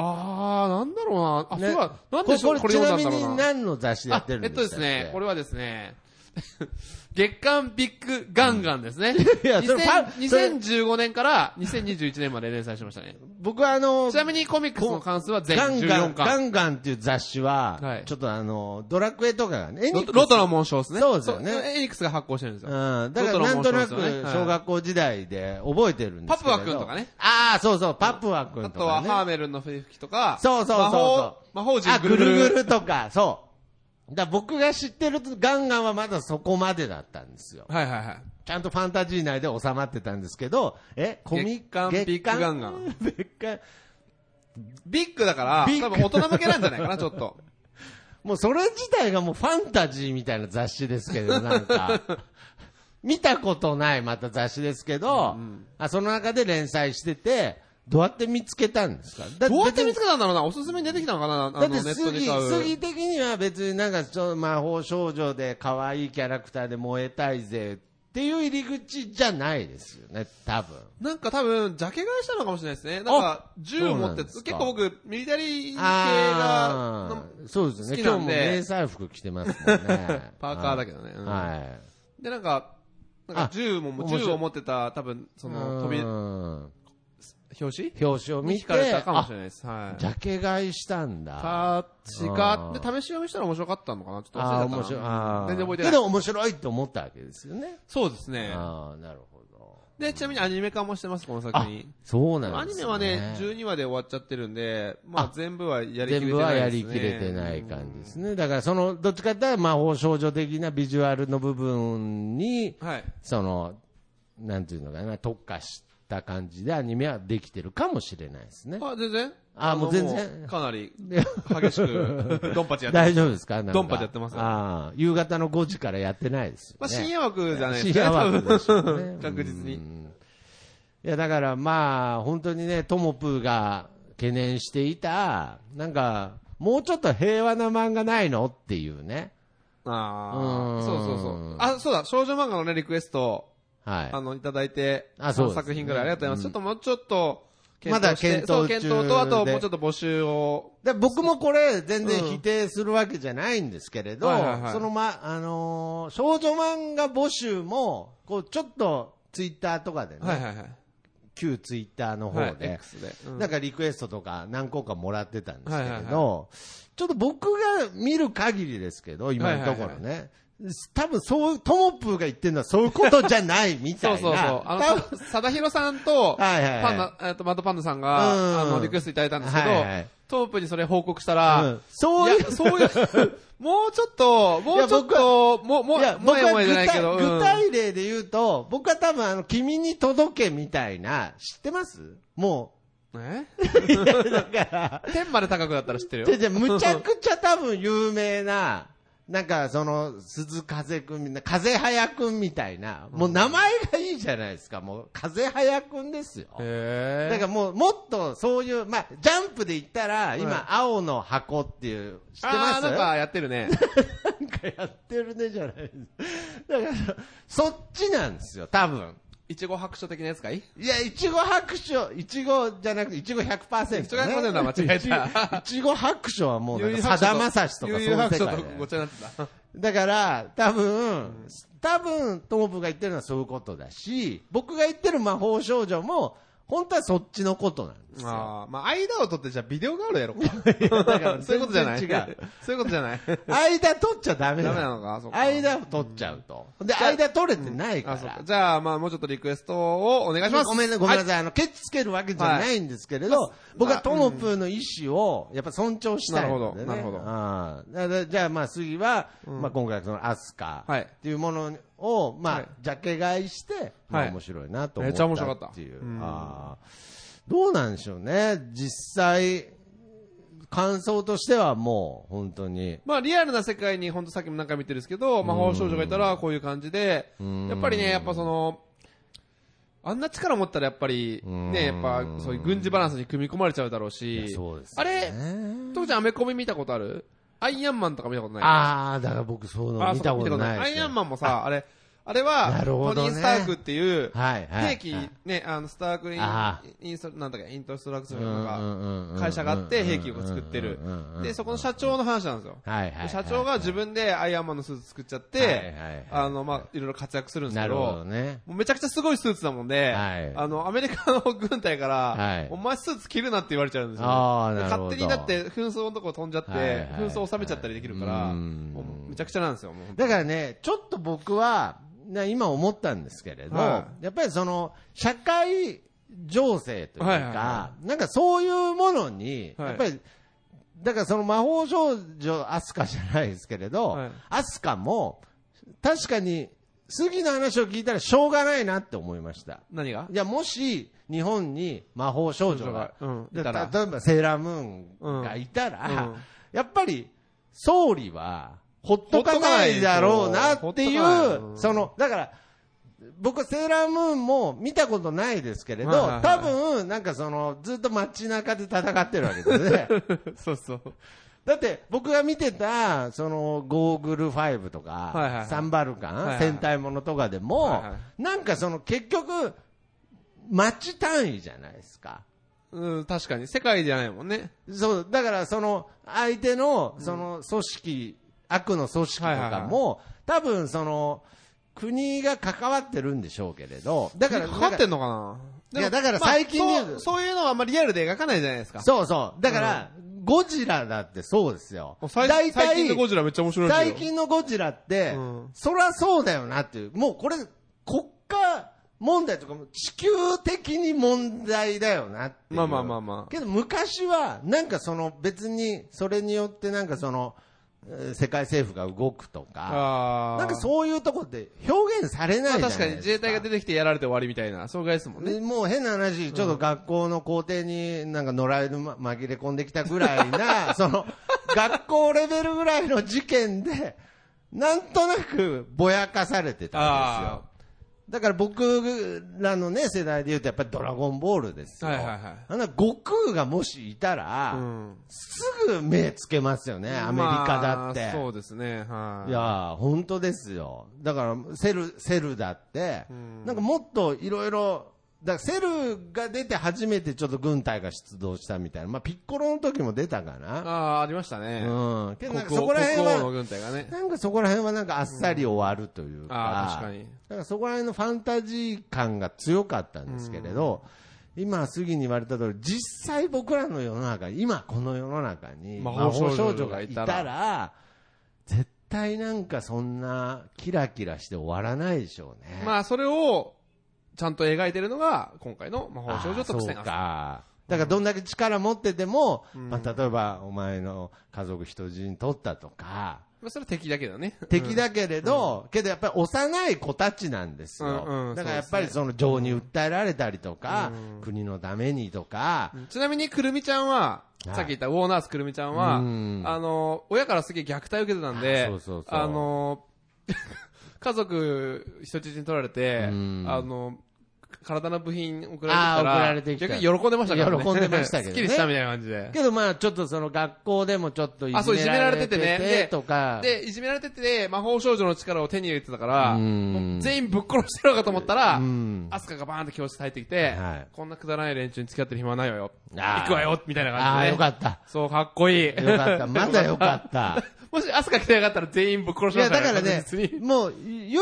あー、なんだろうな。あ、ねそうだ、なんでしょう、ここれれち読なんみだんだに何ろうな。の雑誌でやってるんえでっすとかですね、これはですね、 月刊ビッグガンガンですね。いやそれパ2000 2015年から2021年まで連載してましたね。僕はあのち、なみにコミックスの関数は全ガンガン、 14ガ巻。ンガンっていう雑誌はは、いちょっとあの、ドラクエとかがね、絵ロにトロトの紋章ですね。そうですよねエニックスが発行してるんですよ。うん、だからなんとなくロトの紋章ですよねはい小学校時代で覚えてるんですけれどパプワ君とかね。ああ、そうそう、パプワ君あとかとはね。ハーメルの吹雪とか、そうそうそうそう魔法、魔法あ、陣ぐぐるるぐぐるるとか、そう。だから僕が知ってるガンガンはまだそこまでだったんですよ。はいはいはい。ちゃんとファンタジー内で収まってたんですけど、え、コミ月刊ビッグガンガン。月刊ビッグだから、ビッグ多分大人向けなんじゃないかな、ちょっと。もうそれ自体がもうファンタジーみたいな雑誌ですけ ど、なんか。見たことないまた雑誌ですけど、あ、その中で連載してて、どうやって見つけたんですかだどうやって別見につけたんだろうな、おすすめに出てきたのかな、あだの、っネてット杉、で買う。杉的には別になんかちょっと魔法少女で可愛いキャラクターで燃えたいぜっていう入り口じゃないですよね、多分。なんか多分、ジャケ買いしたのかもしれないですね。なんか、銃そう持なっんて、です結か構僕、ミリタリー系が、あのーそうですね。好き今な日んもで迷彩服着てますもんね 。パーカーだけどね。うんはで、なんか、なんかあ銃も、面白い銃を持ってた、多分、い。その、飛び、飛表紙び、表紙を見にて、惹かれたかもしあれないです。はい。ジャケ買いしたんだ。か、違あーっで、試し読みしたら面白かったのかなちょっと忘れあちゃあ、ったな面白い。あー全然覚えけてない。ど面白いと思ったわけですよね。そうですね。ああ、なるほど。で、ちなみにアニメ化もしてます、この作品。そうなアんでニすメね。はね、12話で終わっちゃってるんで、まあ全部はやりきれてないです、ね。全部はやりきれてない感じですね。だからその、どっちかっていうと魔法少女的なビジュアルの部分に、うん。はい。その、なんていうのかな、特化した感じでアニメはできてるかもしれないですね。あ、全然あもう全然もうかなり、で激しく、ドンパチやってます。大丈夫ですかなんかドンパでやってますねああ、夕方の5時からやってないですよ、ね。まあ深夜枠じゃないです深か、夜枠多分。でしょうね 確実にうんいや、だからまあ、本当にね、トモプーが懸念していた、なんか、もうちょっと平和な漫画ないのっていうね。あうあ、んそうそうそう。あ、そうだ、少女漫画のね、リクエスト、はい。あの、いただいて、あそうですね作品ぐらいありがとうございます。ちょっともうちょっと、まだして検討そう検討と、中あと、でもうちょっと募集を、で僕もこれ全然うん否定するわけじゃないんですけれど、はいはいはいそのま、あのー少女漫画募集も、こう、ちょっとツイッターとかでね、はいはいはい。旧ツイッターの方はいで、 X で。うんなんかリクエストとか何個かもらってたんですけれど、はいはいはいちょっと僕が見る限りですけど、今のところね。はい多分そう、トモプーが言ってるのはそういうことじゃないみたいそな。う そうそう。あ多分の、さだひろさんと、はいはいはいパンダ、えっと、マッドパンダさんうんが、あの、リクエストいただいたんですけどはいはい、トープにそれ報告したうらん、そういうやそういう、 もうちょっと、もうちょっと、もう、もう、いや、も僕やもはや具じゃないけ体,、ど、うん具体例で言うと、僕は多分あの、君に届けみたいな、知ってますもえう。いやだから、 天まで高くだったら知ってるじよゃ。じゃ むちゃくちゃ多分有名な、なんかその、鈴風くんみたいな、風早くんみたいな、もう名前がいいじゃないですか、もう、風早くんですよ。へだからもう、もっとそういう、まあ、ジャンプで言ったら、はい今、青の箱っていう、知ってますあーなんかやってるなね。んかやってるねじゃないです。だから、そっちなんですよ、多分。いちご白書的なやつかいいや、いちご白書、いちごじゃなくて、いちご100%、ね。いちご100%だ間違えたいちいちご白書はもうなんか、さ悠々白書だまさしとかそういう悠々世界白だ書よとごちゃになってた。だから、多分、多分、トモブが言ってるのはそういうことだし、僕が言ってる魔法少女も、本当はそっちのことなんですよ。あーまあ、間を取ってじゃあビデオがあるや ろか。だからそういうことじ ゃない。全然違う。そういうことじゃない。間取っちゃダメダなメなの。のかそうか間を取っちゃうと。で、間取れてないかあ、そうら か。。じゃあ、まあ、もうちょっとリクエストをお願いします。ごめんね、ごめんなはい。さい。あの、ケチつけるわけじゃないんですけれど、はい僕はトモプーの意思を、やっぱ尊重したいので、ね。なるほどなるほどああだからじゃあ、まあ、次は、まあ、今回、その、アスカはいっていうものを、まあ、はいジャケ買いして、まあ、はい面白いなと思っためっちゃ面白かったっていう。うんああどうなんでしょうね。実際、感想としてはもう、本当に。まあ、リアルな世界に、ほんとさっきも何回見てるんですけど、魔法少女がいたら、こういう感じで、やっぱりね、やっぱその、あんな力持ったらやっぱり、ね、やっぱ、そういう軍事バランスに組み込まれちゃうだろうし、そうです、あれ、ね。徳ちゃんアメコミ見たことあるアイアンマンとか見たことないああ、だから僕、そういうのあ見そうたかことないです、アイアンマンもさ、あれ、あれは、なるトほどねニー・スタークっていう、はい、はい。兵器、ね、あの、スタークイあン、インスト、なんだっけ、イントストラクションなんか、が会社があって兵器を作ってる。で、そこの社長の話なんですよ。はいはい、で社長が自分でアイアンマンのスーツ作っちゃって、はいはいはいあの、まあ、いろいろ活躍するんですなけるど、ほどね。もうめちゃくちゃすごいスーツだもんで、はいあの、アメリカの軍隊から、はいお前スーツ着るなって言われちゃうんですよ。ああ、なるほど。勝手にだって紛争のとこ飛んじゃって、はいはいはい紛争収めちゃったりできるから、うんもうめちゃくちゃなんですよ、もう。だからね、ちょっと僕は、な今思ったんですけれど、はやっぱりその、社会情勢というか、はいはいはなんかそういうものに、はいやっぱり、だからその魔法少女アスカじゃないですけれど、はいアスカも、確かに、杉の話を聞いたらしょうがないなって思いました。何がいや、もし、日本に魔法少女が、うんでいたら例えばセーラームーンがいたら、うんうんやっぱり、総理は、ほっとかないだろうなってい、ほっとかないううんその、だから、僕、セーラームーンも見たことないですけれど、はいはいはい 多分、なんかその、ずっと街中で戦ってるわけですね。そうそう。だって僕が見てた、そのゴーグル5とか、はいはいはいサンバルカン、はいはい戦隊ものとかでも、はいはなんかその結局、街単位じゃないですか。うん、確かに。世界じゃないもんね。そう、だからその相手の、その組織、悪の組織とかも、多分その、国が関わってるんでしょうけれど、だから、かかってんのかないいやだから最近で言うとそう、そういうのはあんまリアルで描かないじゃないですか。そうそう。だから、ゴジラだってそうですよ。最大体最近のゴジラめっちゃ面白いですよ最近のゴジラって、うんそりゃそうだよなっていう、もうこれ、国家問題とかも地球的に問題だよなっていう。まあまあまあまあけど昔は、なんかその別に、それによってなんかその、えー世界政府が動くとか、あーなんかそういうとこって表現されないまじあゃないですか。確かに自衛隊が出てきてやられて終わりみたいな、そのぐらいですもんね。でもう変な話、ちょっと学校の校庭になんか野良犬ま紛れ込んできたぐらい な、その、学校レベルぐらいの事件で、なんとなくぼやかされてたんですよあ。だから僕らのね、世代で言うとやっぱりドラゴンボールですよ。はいはいはいあの悟空がもしいたら、うん。すぐ目つけますよね、アメリカだって。まあそうですね、はい。いやー、本当ですよ。だから、セル、セルだって、なんかもっといろいろ、だからセルが出て初めてちょっと軍隊が出動したみたいな。まあ、ピッコロの時も出たかあな。あ、ありましたね。うん。けどなんか国そ王こら辺国王のは、軍隊がね。 なんかそこら辺はなんかあっさり終わるというか。ああ、確かに。だからそこら辺のファンタジー感が強かったんですけれど、今、杉に言われた通り、実際僕らの世の中、今この世の中に魔魔法法少少女女ががいいたらたら、絶対なんかそんなキラキラして終わらないでしょうね。まあ、それを、ちゃんと描いてるのが、今回の魔法少女特選あーそうか。だからどんだけ力持ってても、まあ、例えばお前の家族人質に取ったとか、まあ、それは敵だけどね。敵だけれど、けどやっぱり幼い子たちなんですよ、うんうんだからやっぱりその情に訴えられたりとか、う国のためにとか、ちなみに、くるみちゃんは、はいさっき言ったウォーナースくるみちゃんは、うんあの、親からすげえ虐待受けてたんで、あそうそうそうあの、家族、人質に取られて、うんあの、体の部品送あー送らられれててききたたら、逆に喜んでましたからね。喜んでましたけどねすっきりしたみたいな感じで。けどまあちょっとその学校でもちょっといあそういじじめめらられれててててねでとか、で、いじめられてて、魔法少女の力を手に入れてたから、うんもう全員ぶっ殺してるのかと思ったら、うん、アスカがバーンって教室入ってきて、はいこんなくだらない連中に付き合ってる暇はないわよ。あー行くわよみたいなあ感あ、じで、よかった。そう、かっこいい。よか った。まだよかった。もし、アスカ来てなかったら全員ぶっ殺しいまや、しだたからね確実、にもう、唯一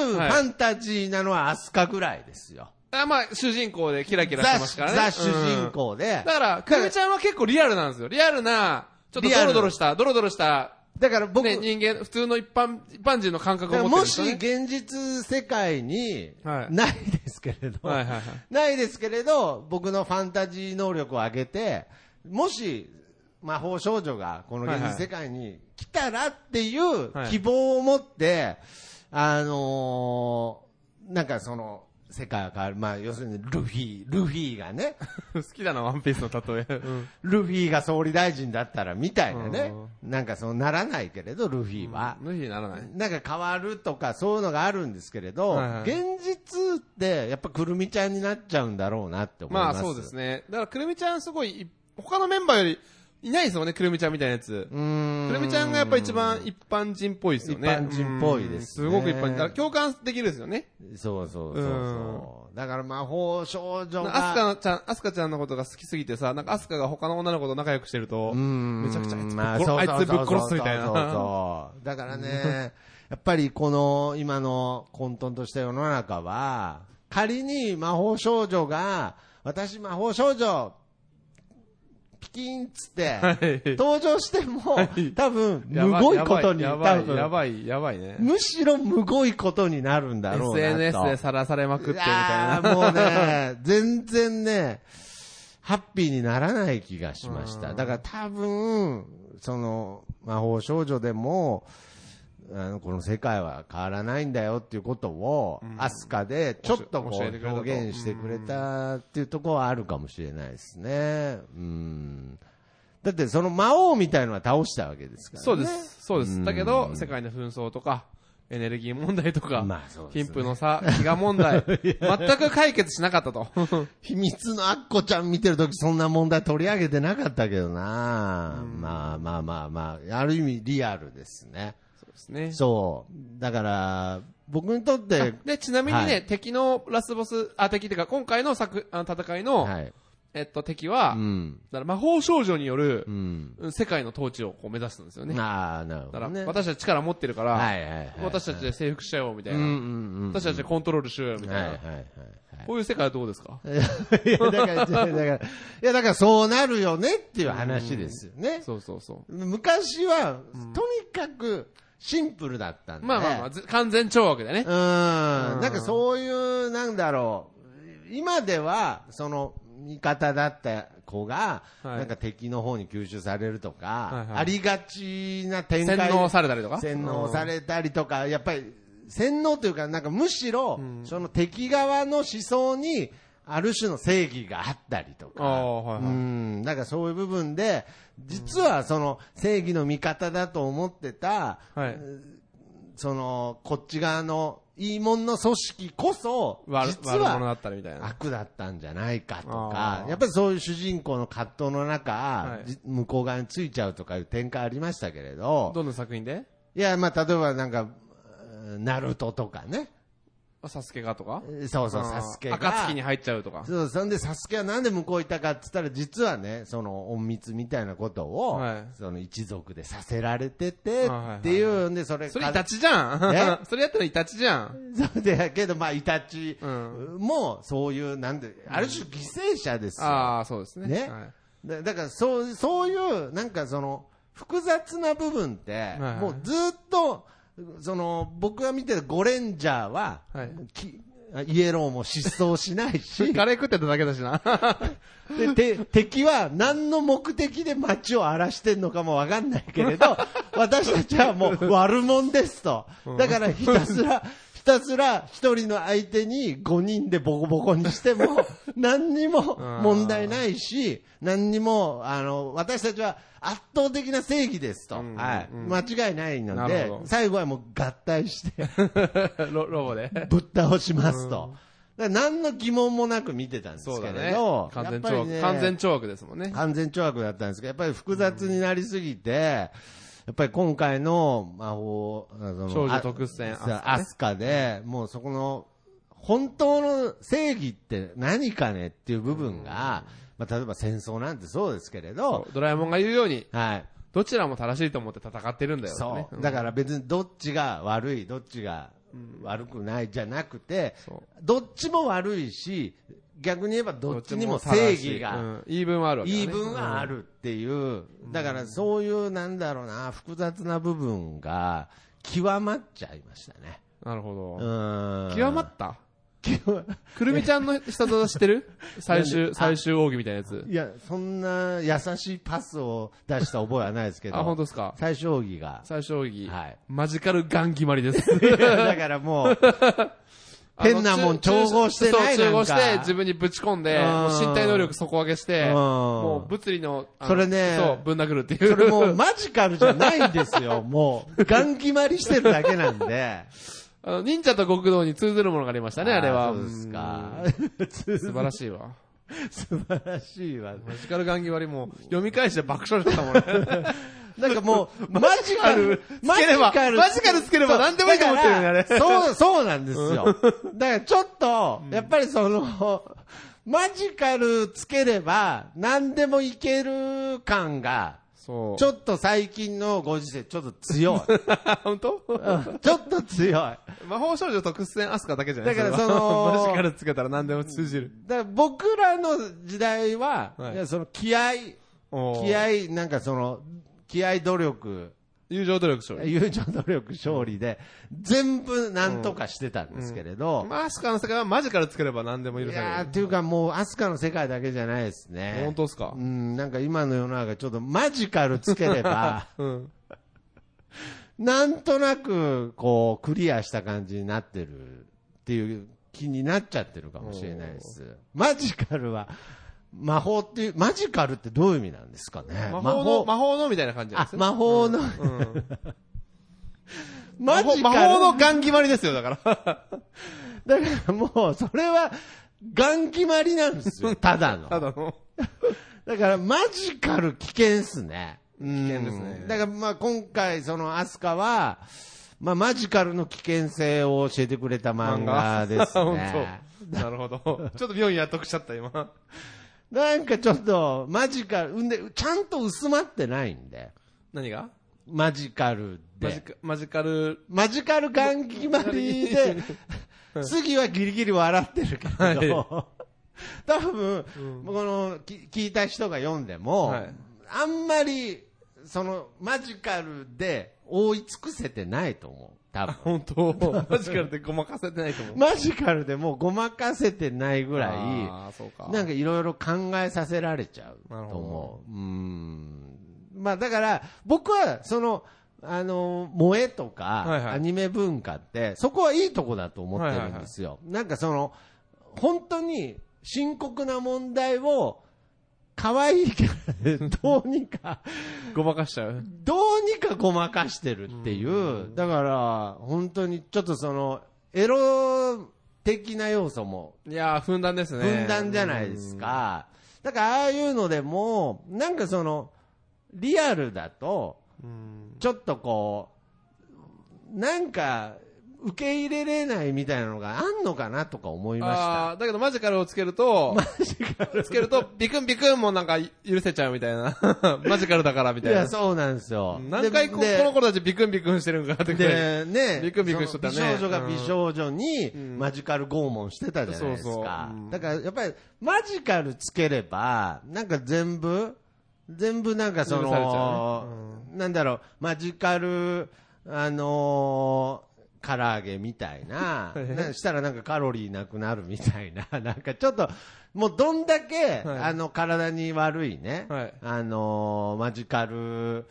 ファンタジーなのはアスカぐらいですよ。あ、まあ、主人公でキラキラしてザ、ますからね。ザ主人うん公で。だから、くるみちゃんは結構リアルなんですよ。リアルな、ちょっとリアドルロドロした、ドロドロした、だから僕、ね、人間、普通の一般、一般人の感覚だかをら持ってるんもですしよね。現実世界に、はいないですけれど、はいはいはいないですけれど、僕のファンタジー能力を上げて、もし魔法少女がこの現実世界に来たらっていうはい希望を持って、あのーなんかその、世界が変わる。まあ、要するに、ルフィ、ルフィが ね、好きだな、ワンピースの例え。うんルフィが総理大臣だったらみたいなね、なんかその、ならないけれど、ルフィは。無理にならない。なんか変わるとかそういうのがあるんですけれど、はいはい現実ってやっぱくるみちゃんになっちゃうんだろうなって思いままあす。そうですね。だからくるみちゃんすごい、い他のメンバーよりいないですよね、くるみちゃんみたいなやつ。うーん。くるみちゃんがやっぱ一番一般人っぽいですよね。一般人っぽいですねうんすごく一般人。だから共感できるですよね。そうそうそうそう。だから魔法少女が。アスカちゃん、アスカちゃんのことが好きすぎてさ、なんかアスカが他の女の子と仲良くしてると、うんめちゃくちゃあいつぶっまあ殺そうあそういつぶそうっ殺すみたいそうそうな。そうだからね、 やっぱりこの今の混沌とした世の中は、仮に魔法少女が、私魔法少女、ピキンっつって、はい登場しても、い多分、やむばごいことに、や多ばい、や分、ばい、やばいね。むしろむごいことになるんだろうなと。 SNS でさらされまくってみたいな。いやーもう ね、全然ね、ハッピーにならない気がしました。だから多分、その、魔法少女でも、あの、この世界は変わらないんだよっていうことを、アスカでちょっとこ教えてくれうたと表現してくれたっていうところはあるかもしれないですね。うん。だってその魔王みたいのは倒したわけですからね。そうです。そうです。だけど、世界の紛争とか、エネルギー問題とか、まあそうですね貧富の差、飢餓 問題、全く解決しなかったと。 秘密のアッコちゃん見てるときそんな問題取り上げてなかったけどな、まあまあまあまあ、ある意味リアルですね。そうですね。そう。だから、僕にとって、で、ちなみにね、はい敵のラスボス、あ、敵っていうか、今回の作、あの戦いの、はい。えっと、敵は、うん。だから魔法少女によるう、ん。世界の統治をこう目指すんですよね。ああ、なるほだかど、ら、ね。私たち力持ってるから、はいはいはい。私たちで征服しちゃおうみたいうんな、うんうん。私たちでコントロールしようよみたいはいな、はいはい。こういう世界はどうですか、いや、だから、だから、いや、だからそうなるよねっていう話ですよね。そうそうそ昔は、とにかくシンプルだったんう。で。まあまあまあ、ず完全懲悪だね。うん。なんかそういう、なんだろう。今では、その、味方だった子が、はいなんか敵の方に吸収されるとか、いはいありがちな展洗開。脳されたりとか。洗脳されたりとか、やっぱり、洗脳というか、なんかむしろ、その敵側の思想に、ある種の正義があったりとああ、か、はいはうい。ん、なんかそういう部分で、実はその正義の味方だと思ってた、はい。その、こっち側のいいもんの組織こそ、悪実悪者だはったりみたいな。悪だったんじゃないかとあか、ーやっぱりそういう主人公の葛藤の中、いじ向こう側についちゃうとかいう展開ありましたけれど、どんな作品でいや、まあ、例えばなんか、うんナルトとかね。サスケがとかそうそう、あーサスケが。暁に入っちゃうとか。そう、そんで、サスケはなんで向こう行ったかって言ったら、実はね、その、隠密みたいなことを、はいその一族でさせられてて、あはいはいっていうんで、それかそれらイタチじゃん それやったらイタチじゃん そうだけど、まあ、イタチうんも、そういう、なんで、ある種犠牲者ですよ。ああ、そうですね。ねはいだだから、そう、そういう、なんかその、複雑な部分っていはい、もうずっと、その、僕が見てるゴレンジャーは、はいきイエローも失踪しない し、カレー食ってただけだしな。で、て敵は何の目的で街を荒らしてんのかもわかんないけれ ど、私たちはもう悪者ですと。だからひたす ら、ひたすら一人の相手に5人でボコボコにして も、何にも問題ないし、何にも、あの、私たちは圧倒的な正義ですと。んはい。間違いないのなるでほど、最後はもう合体して、 ロロボで。ぶっ倒しますと。だから何の疑問もなく見てたんですそうけだれねど。。完全やっぱ懲り悪。ね完全懲悪ですもんね。完全懲悪だったんですけど、やっぱり複雑になりすぎて、やっぱり今回の魔法、あその少女特選あそうアスカで、もうそこの、本当の正義って何かねっていう部分が、まあ、例えば戦争なんてそうですけれど、ドラえもんが言うように、はい。どちらも正しいと思って戦ってるんだよね。そう。だから別にどっちが悪い、どっちが悪くないじゃなくて、そうどっちも悪いし、逆に言えばどっちにもどっち正正しい義が、うん言い分はあるわけだ言ねい分はあるっていう、だからそういう、なんだろうな、複雑な部分が、極まっちゃいましたね。なるほうど。ん。極まった極まくるみちゃんの必殺技知っ てる最あ終、最終奥義みたいなやつ。いや、そんな優しいパスを出した覚えはないですけあ、本ど、当ですか最小義が、最終奥義。はい。 マジカルガン決まりです。いやだからも う、変なもん調合してないそう、調合しなんてか自分にぶち込んで、うんもう身体能力底上げして、うんもう物理の、あのそれねそう、ぶん殴るっていう。それもうマジカルじゃないんですよ、 もう。ガン決まりしてるだけなんで。 あの、忍者と極道に通ずるものがありましたね、あれは。そうですかうん。素 素晴らしいわ。晴らしいわ。マジカルガン決まりも、読み返して爆笑してたもんね。 なんかもう、 マジカル、マければマジカルつければそう何でもいいと思ってるよねあれだからそう、そうなんですよ。だからちょっと、やっぱりその、マジカルつければ何でもいける感が、そう。ちょっと最近のご時世ちょっと強 い。本当うんちょっと強い。魔法少女特選アスカだけじゃないだかられはそのマジカルつけたら何でも通じる。だから僕らの時代は、はいいやその気合、おー気合、なんかその、気合努力、友情努力勝利。友情努力勝利で、全部なんとかしてたんですけれど、まあ、アスカの世界はマジカルつければ何でも許いさやれーる。っていうかもう、アスカの世界だけじゃないですね。本当ですか、うん、なんか今の世の中ちょっとマジカルつければ うん。なんとなく、こう、クリアした感じになってるっていう気になっちゃってるかもしれないです。マジカルは、魔法っていう、マジカルってどういう意味なんですかね魔法の、魔法のみたいな感じなんであす、ね。魔法の、うんマジ魔か法魔法のよ。ガン決まりですよ、だから。 だからもう、それは、ガン決まりなんです よ。ただの。ただの。だから、マジカル危険っすね。危険ですねだから、まあ、今回、その、アスカは、まあ、マジカルの危険性を教えてくれた漫画です ね。 本当なるほど。ちょっと病院やっとくしちゃった、今。なんかちょっと、マジカル、うんで、ちゃんと薄まってないんで。何がマジカルマジで。カマジカル、マジカル元気まりで、次はギリギリ笑ってるけど、多分、この、き聞いた人が読んでも、はいあんまり、その、マジカルで覆い尽くせてないと思う。 多分。本当 マジカルってごまかせてないと思う。マジカルでもうごまかせてないぐらい、ああ、そうか。なんかいろいろ考えさせられちゃうとなるほ思う。うーん。まあだから、僕は、その、あの、萌えとはいはか、いアニメ文化って、そこはいいとこだと思ってるんですよ。なんかその、本当に深刻な問題を、可愛いキャラでどうにか、ごまかしちゃう。どうにかごまかしてるっていう、だから、本当にちょっとその、エロ的な要素もいやー、ふんだんですね。分断じゃないですか。だから、ああいうのでも、なんかその、リアルだと、うん。ちょっとこう、なんか、受け入れれないみたいなのがあんのかなとか思いました。ああ、だけどマジカルをつけると、マジカルつけると、ビクンビクンもなんか許せちゃうみたいな。 マジカルだからみ いたいなや、。そうなんですよ。何回ここででの子たちビクンビクンしてるんかってくらい。で、ね、ビクビクしとったねその美少女が美少女にんマジカル拷問してたじゃないですそうそうかう。んだからやっぱりマジカルつければ、なんか全部、全部なんかそ許されちゃの、なんだろう、マジカル、あのー、唐揚げみたい な、いなしたらなんかカロリーなくなるみたいな、 なんかちょっと、もうどんだけ、はいあの、体に悪いね、はいあのーマジカル、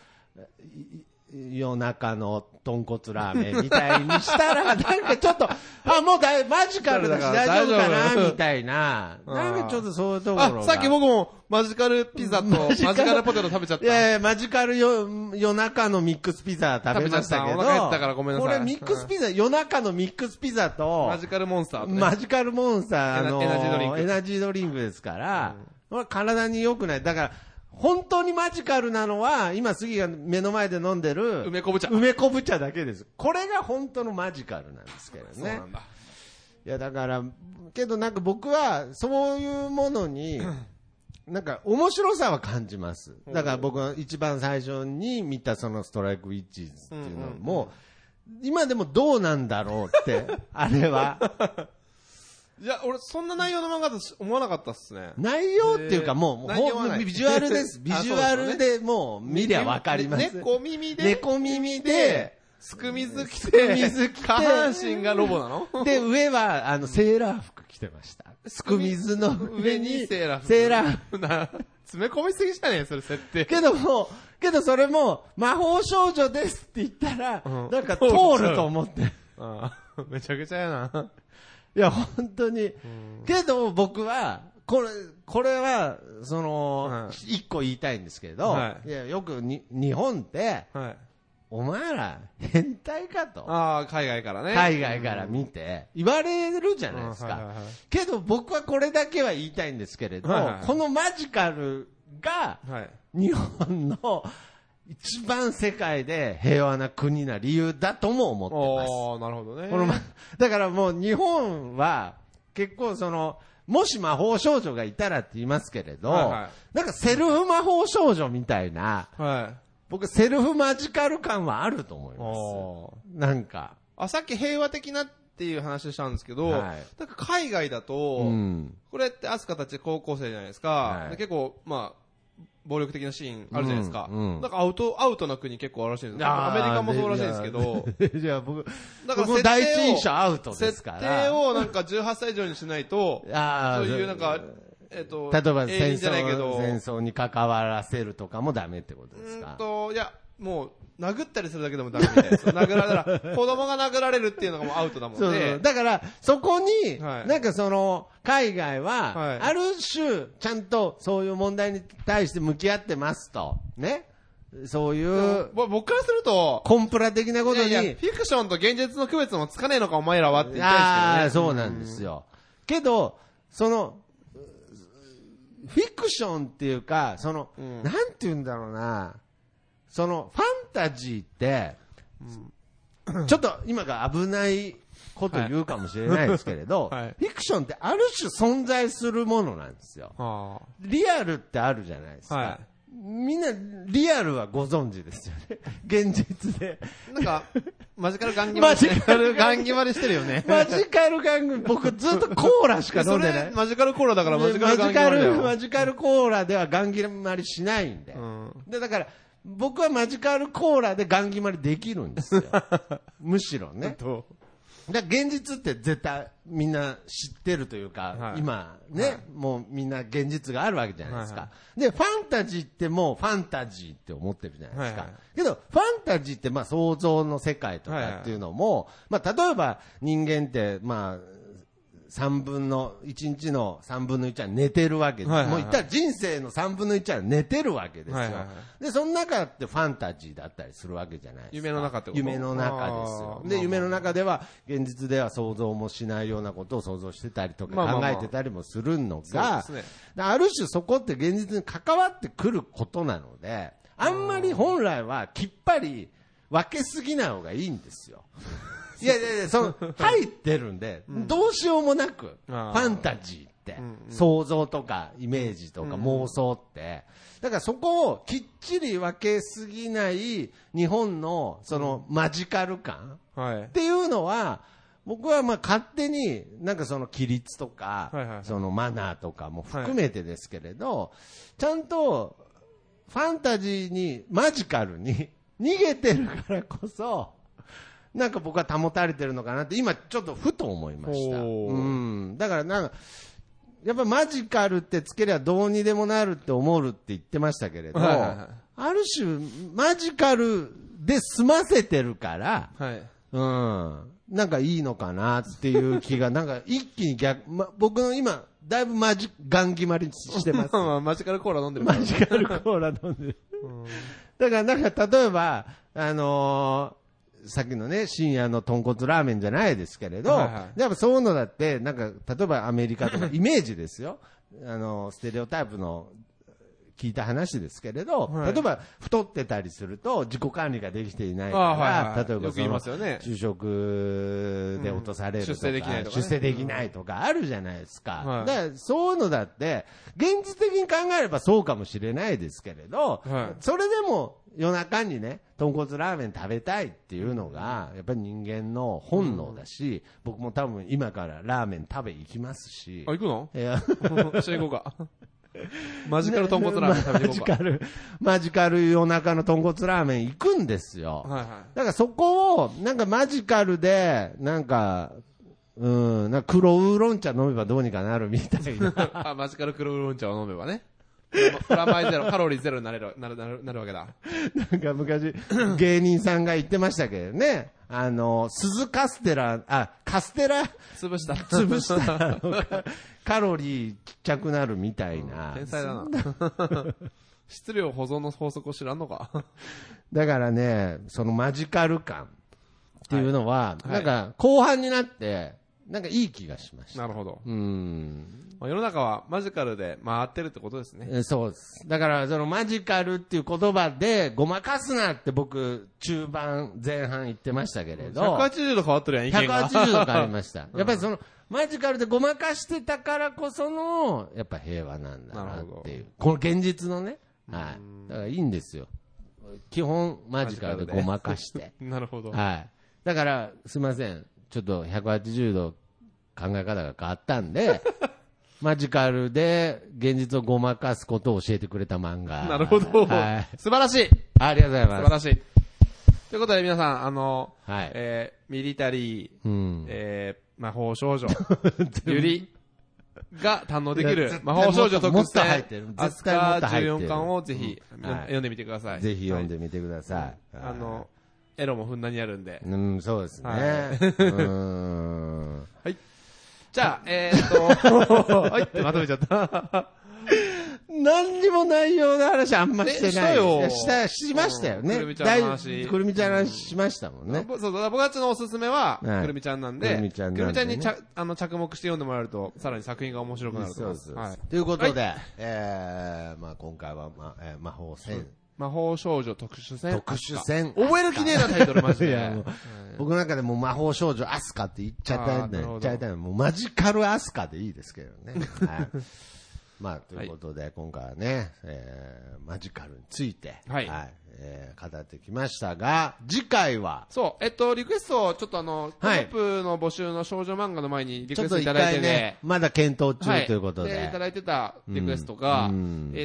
夜中の豚骨ラーメンみたいにしたら、なんかちょっ と、あ、もうだいマジカルだしだから大丈夫か大丈な、夫みたいな。なんかちょっとそういうところが。あ、さっき僕もマジカルピザとマジジカカルルポテト食べちゃっいた。やいや、マジカルよ夜中のミックスピザ食べましたけど。食べちゃったお腹減ったからごめんなさいこれミックスピザ、夜中のミックスピザとマ、ジカルモンスターとね。マジカルモンスターエナのエナジードリンクエナジードリンクですから、これ体に良くない。だから、本当にマジカルなのは、今杉が目の前で飲んでる、梅昆布茶。梅昆布茶だけです。これが本当のマジカルなんですけどそうねな。んだ。いや、だから、けどなんか僕は、そういうもの に、なんか面白さは感じます。だから僕は一番最初に見たそのストライクウィッチーズっていうのも、今でもどうなんだろうって、 あれは。いや、俺そんな内容の漫画だと思わなかったっすね。内容っていうかもう、もう内容はほんないビジュアルです。ビ あジそュうですアよねルでもう見りゃわかります。猫耳で。猫耳で、すく水着すて、く水着て下半身がロボな ので、上は、あの、セーラー服着てました。すく水の上上にに、セーラー服セーラー服な、詰め込みすぎじゃねえそれ設定。けども、けどそれも、魔法少女ですって言ったら、うんなんか通ると思 って。ああ、めちゃくちゃやな。いや、本当に。けど僕は、これ、これは、そのは、一、個言いたいんですけど、、はいや、よくに、日本って、はい。お前ら、変態かと。ああ、海外からね。海外から見て、言われるじゃないですうんはいはいかはい。けど僕はこれだけは言いたいんですけれど、はいはいこのマジカルが、はい。日本の一番世界で平和な国な理由だとも思ってます。おー、なるほどね。このま、だからもう日本は結構その、もし魔法少女がいたらって言いますけれど、はいはなんかセルフ魔法少女みたいな、はい。僕セルフマジカル感はあると思いまおーす。なんか、あ、さっき平和的なっていう話したんですけど、はいなんか海外だと、うん。これってアスカたち高校生じゃないですか、はいで結構、まあ、暴力的なシーンあるじゃないですか。うんうんなんかアウト、アウトな国結構あるらしいんですよ。アメリカもそうらしいんですけど、で。いやいや、僕、だから設定を僕も第一印象アウトです設から。定をなんか18歳以上にしないと、あそーういうなんか、えっ、と、例えば永戦遠じゃないけ争ど、戦争に関わらせるとかもダメってことうですーんかと、いや、もう、殴ったりするだけでもダメみたいです。殴られたら、子供が殴られるっていうのがもうアウトだもんそうね。だから、そこに、はいなんかその、海外はは、いある種、ちゃんとそういう問題に対して向き合ってますと、ね。そういでもう、ぼ僕からすると、コンプラ的なことに、いやいやフィクションと現実の区別もつかねえのか、お前らはって言ってああ、るんですけどね。そうなんですよ。けど、その、うフィクションっていうか、その、うんなんて言うんだろうな、その、ファンタジーって、ちょっと今が危ないこと言うかもしれないですけれど、 はいはいフィクションってある種存在するものなんですよ。はリアルってあるじゃないですか。はみんな、リアルはご存知ですよね。 現実 で。あ。なんか、マジカルガンギマジカルガンギマでしてるよねマジカルガング、僕ずっとコーラしか飲んでない それ。マジカルコーラだからマジカルガンマジギマだカルよ。マジカルコーラではガンギマリしないんで。うんで、だから、僕はマジカルコーラでガンギマリできるん ですよ。むしろね。とだから現実って絶対みんな知ってるというか、はい今ね、もうみんな現実があるわけじゃないですか、はで、ファンタジーってもうファンタジーって思ってるじゃないですか。はいはいけど、ファンタジーってまあ想像の世界とかっていうのも、まあ例えば人間ってまあ、三分の、一日の三分の一は寝てるわけです。はいはいはいもう言ったら人生の三分の一は寝てるわけですよ、はいはいはで、その中ってファンタジーだったりするわけじゃないですか。夢の中ってこと夢の中ですあよ。ーで、まあ夢の中では、現実では想像もしないようなことを想像してたりとまあかまあ考まあえてたりもするのがそうですね、である種そこって現実に関わってくることなので、あんまり本来はきっぱり分けすぎない方がいいんです よ。いやいやいや、その、入ってるんで、どうしようもなく、フあーァンタジーって、想像とかイメージとか妄想って、だからそこをきっちり分けすぎない日本のそのマジカル感はいっ。ていうのは、僕はまあ勝手に、なんかその規律とはいはいはか、いそのマナーとかも含めてですけれど、ちゃんとファンタジーに、マジカルに 逃げてるからこそ、なんか僕は保たれてるのかなって、今ちょっとふと思いました。ほううん。だからなんか、やっぱマジカルってつけりゃどうにでもなるって思うって言ってましたけれど、はいはいはいある種マジカルで済ませてるから、はい。うん。なんかいいのかなっていう気が、なんか一気に逆、ま、僕の今、だいぶマジ、ガン決まりしてます。まあまあマジカルコーラ飲んでるから。マジカルコーラ飲んでる。だからなんか例えば、あのーさっきのね、深夜の豚骨ラーメンじゃないですけれど、はいはやっぱそういうのだって、なんか、例えばアメリカとか、イ メージですよ。あの、ステレオタイプの聞いた話ですけれど、はい例えば太ってたりすると自己管理ができていないかあはいら、はい例えばよく言いますよね就職で落とされるとか、うん出世できないとかね出世できないとかあるじゃないですか。はいだからそういうのだって、現実的に考えればそうかもしれないですけれど、はいそれでも夜中にね、豚骨ラーメン食べたいっていうのが、やっぱり人間の本能だし、僕も多分今からラーメン食べ行きますしあ、、行くの いや一緒に行こうか。マジカル豚骨 ラーメン食べに行こ うマジカル、マジカル夜中の豚骨ラーメン行くんですよ。か。はいはだからそこを、なんかマジカルで、なんか、うん、なんか黒ウーロン茶飲めばどうにかなるみたいな。 い。 あ、マジカル黒ウーロン茶を飲めばね。プラマイゼロ、カロリーゼロになれる、なる、なる、なるわけだ。なんか昔、芸人さんが言ってましたけどね。あの、鈴カステラ、あ、カステラ 潰した。潰したらのかカロリーちっちゃくなるみたいな。天才だな。 質量保存の法則を知らんのか。 だからね、そのマジカル感っていうのは、はいなんか後半になって、なんかいい気がしました。なるほど。うん。まあ世の中はマジカルで回ってるってことですね。えそうです。だから、そのマジカルっていう言葉で、ごまかすなって僕、中盤、前半言ってましたけれど。 180度変わってるやん、意見が。 180度変わりました。やっぱりその、マジカルでごまかしてたからこその、やっぱ平和なんだなっていう。この現実のね。はい。だからいいんですよ。基本、マジカルでごまかして。 なるほど。はい。だから、すいません。ちょっと180度考え方が変わったん で、マジカルで現実をごまかすことを教えてくれた漫画。なるほど。はい。素晴らしい。ありがとうござい素ま晴す。らしい。ということで皆さん、あの、はい。えー、ミリタリー、うん。えー、魔 法少女、ゆりが堪能できいやる絶対魔法少女もっ特と入って選る、ア絶ス対もカっと入ってる14巻をぜひ、うん読んはい読んでみてください。 ぜひ読んでみてください。はい。あの、エロもふんだんにあるんで。うん、そうですね。はいうーん。 じゃあ、えーっと、はいってまとめちゃった。何にも内容の話あんましてない。えしたよいやした、しましたよね。うんくるみちゃんの話だいくるみちゃんの話しましたもんね。 そうそう、だから僕たちのおすすめは、はいくるみちゃんなんで、くるみちゃんなんでねくるみちゃんにちゃあの着目して読んでもらえると、さらに作品が面白くなるとそ思ういまそす。うはい。ということで、えー、まあ今回は、まあ、えー魔法戦、魔法少女特殊戦。特殊戦。覚える気ねえなタイトルマジ いで。やもう僕の中でもう魔法少女アスカって言っちゃったんで、あーな言るほっどちゃいたいもうマジカルアスカでいいですけど ね。はい。まあ、ということで、今回はね、えーマジカルについて、はいえー語ってきましたが、次回は、そう、えっと、リクエストをちょっとあの、トはいップの募集の少女漫画の前にちリクょエっストとい一ただいて回ねね、。まだ検討は中ということで。いただいてたリクエストが、え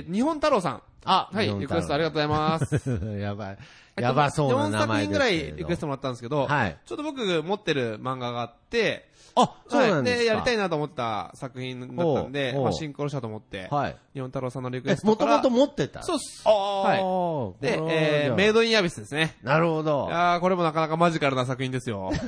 ー日本太郎さん。あはい、リクエストありがとうございます。とうございます。 やばい。やばそうな名前4作品ですぐらけれどいリクエストもらったんですけど、はい。ちょっと僕持ってる漫画があって、あ、そうなんではいすか。で、やりたいなと思った作品だったんでおう、おうまあ、シンクロしたと思って、はい。日本太郎さんのリクエえス、トもかとら。もと持ってたそうっす。あーはこい。でれは、えじゃー、あメイドインヤビスですね。なるほいど。やーこれもなかなかマジカルな作品で すよ。はい。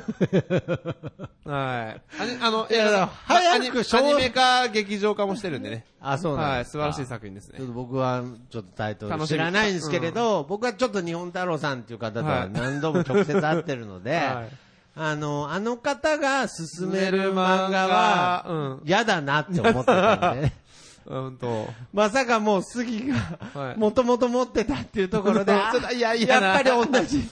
ああの、いやえだからーまあ早くアニ小アニメ化、劇場化もしてるんでね。あ、そうなはんい、です素か。晴らしい作品ですちょねっ。と僕は、ちょっとタイトル知らないんですけれど、僕はちょっと日本太郎さんっていう方とは何度も直接会ってるので、 はいあの、あの方が勧める漫画は、うん。嫌だなって思ってたんで、うんと。まさかもう杉はが、いもともと持ってたっていうとこ ろで、うんちょっといやいやなやっぱり同 じ、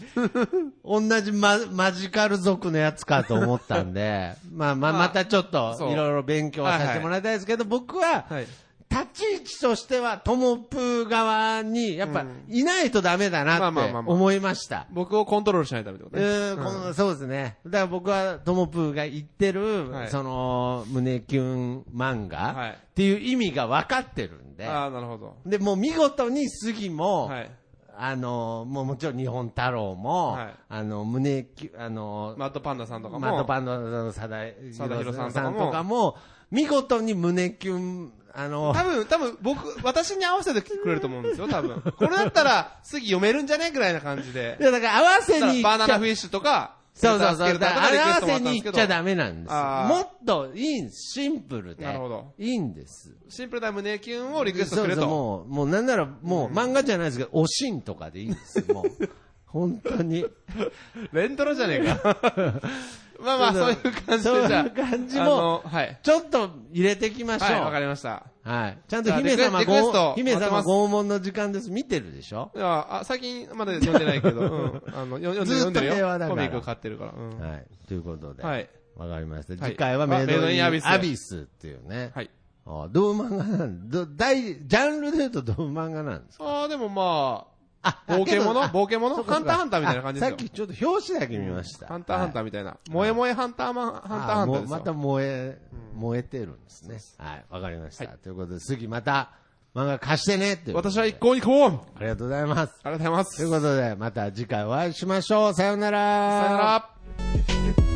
同じママジカル族のやつかと思ったん で、まあまあ、まあまたちょっとそういろいろ勉強させてもらいたいですけど、僕は、はい。立ち位置としては、トモプー側に、やっぱ、いないとダメだなまあっまあてまあまあ思いました。僕をコントロールしないためってことうね。ーんこのそうですね。だから僕は、トモプーが言ってる、はいその、胸キュン漫は画いっていう意味が分かってるんで、ああ、なるほど。で、もう見事に杉も、はい。あの、もうもちろん日本太郎も、はいあの、胸キュン、あの、マッドパンダさんとかも。マットパンダのサダ貞弘さんとさかんもとかも、見事に胸キュン、あの、多分、多分、僕、私に合わせてくれると思うんですよ、多分。これだったら、次読めるんじゃねぐらいな感じ でい。や、だから合わせだからに行バっーナちナゃフィッシュとか、そうそうスケそう。だルタースケルターとからかリクエ合スわトせもらったんでにす行けっどちゃダメなんですよ。あーもっといいんですシンプルで。なるほどいいんです。シンプルな胸キュンをリクエストそくうれそう、と。もう、もうなんなら、もう漫画じゃないですけど、おしんとかでいいんですもう。本当に。レントロじゃねえ か。まあまあ、そういう感じそうで、じゃいあう。感じあも、の、はい。ちょっと入れてきましょう。はい、わかりました。はい。ちゃんとじゃあ姫様リクエリクエストご、姫待ってま様す拷問の時間です。見てるでしょいや、あ、最近まで読んでないけど、うん。あの、よ読んでずる読っんとで平和だるからよ。コミック買ってるから。うん。はい。ということで。はい。わかりました。はい次回はメイドあメイイドインンアアビビススっていうね。はい。あどういう漫画なんど、大、ジャンルで言うとどういう漫画なんですかああ、でもまああ、冒険者ハ冒険者ハンターハンターみたいな感じでさすよっ。きちょっと表紙だけ見ました。ハンターハンター。ーみたいな。萌え萌えハンターマン、ハンターハンターあもうですまよ。た燃え、燃えてるんですね。はい、わかりました。ということで、次また漫画貸してねっていうことで私は一向にこうありありがとうございます。がとうございます。とさいうよことで、また次回お会いしましょう。さようなら。なら。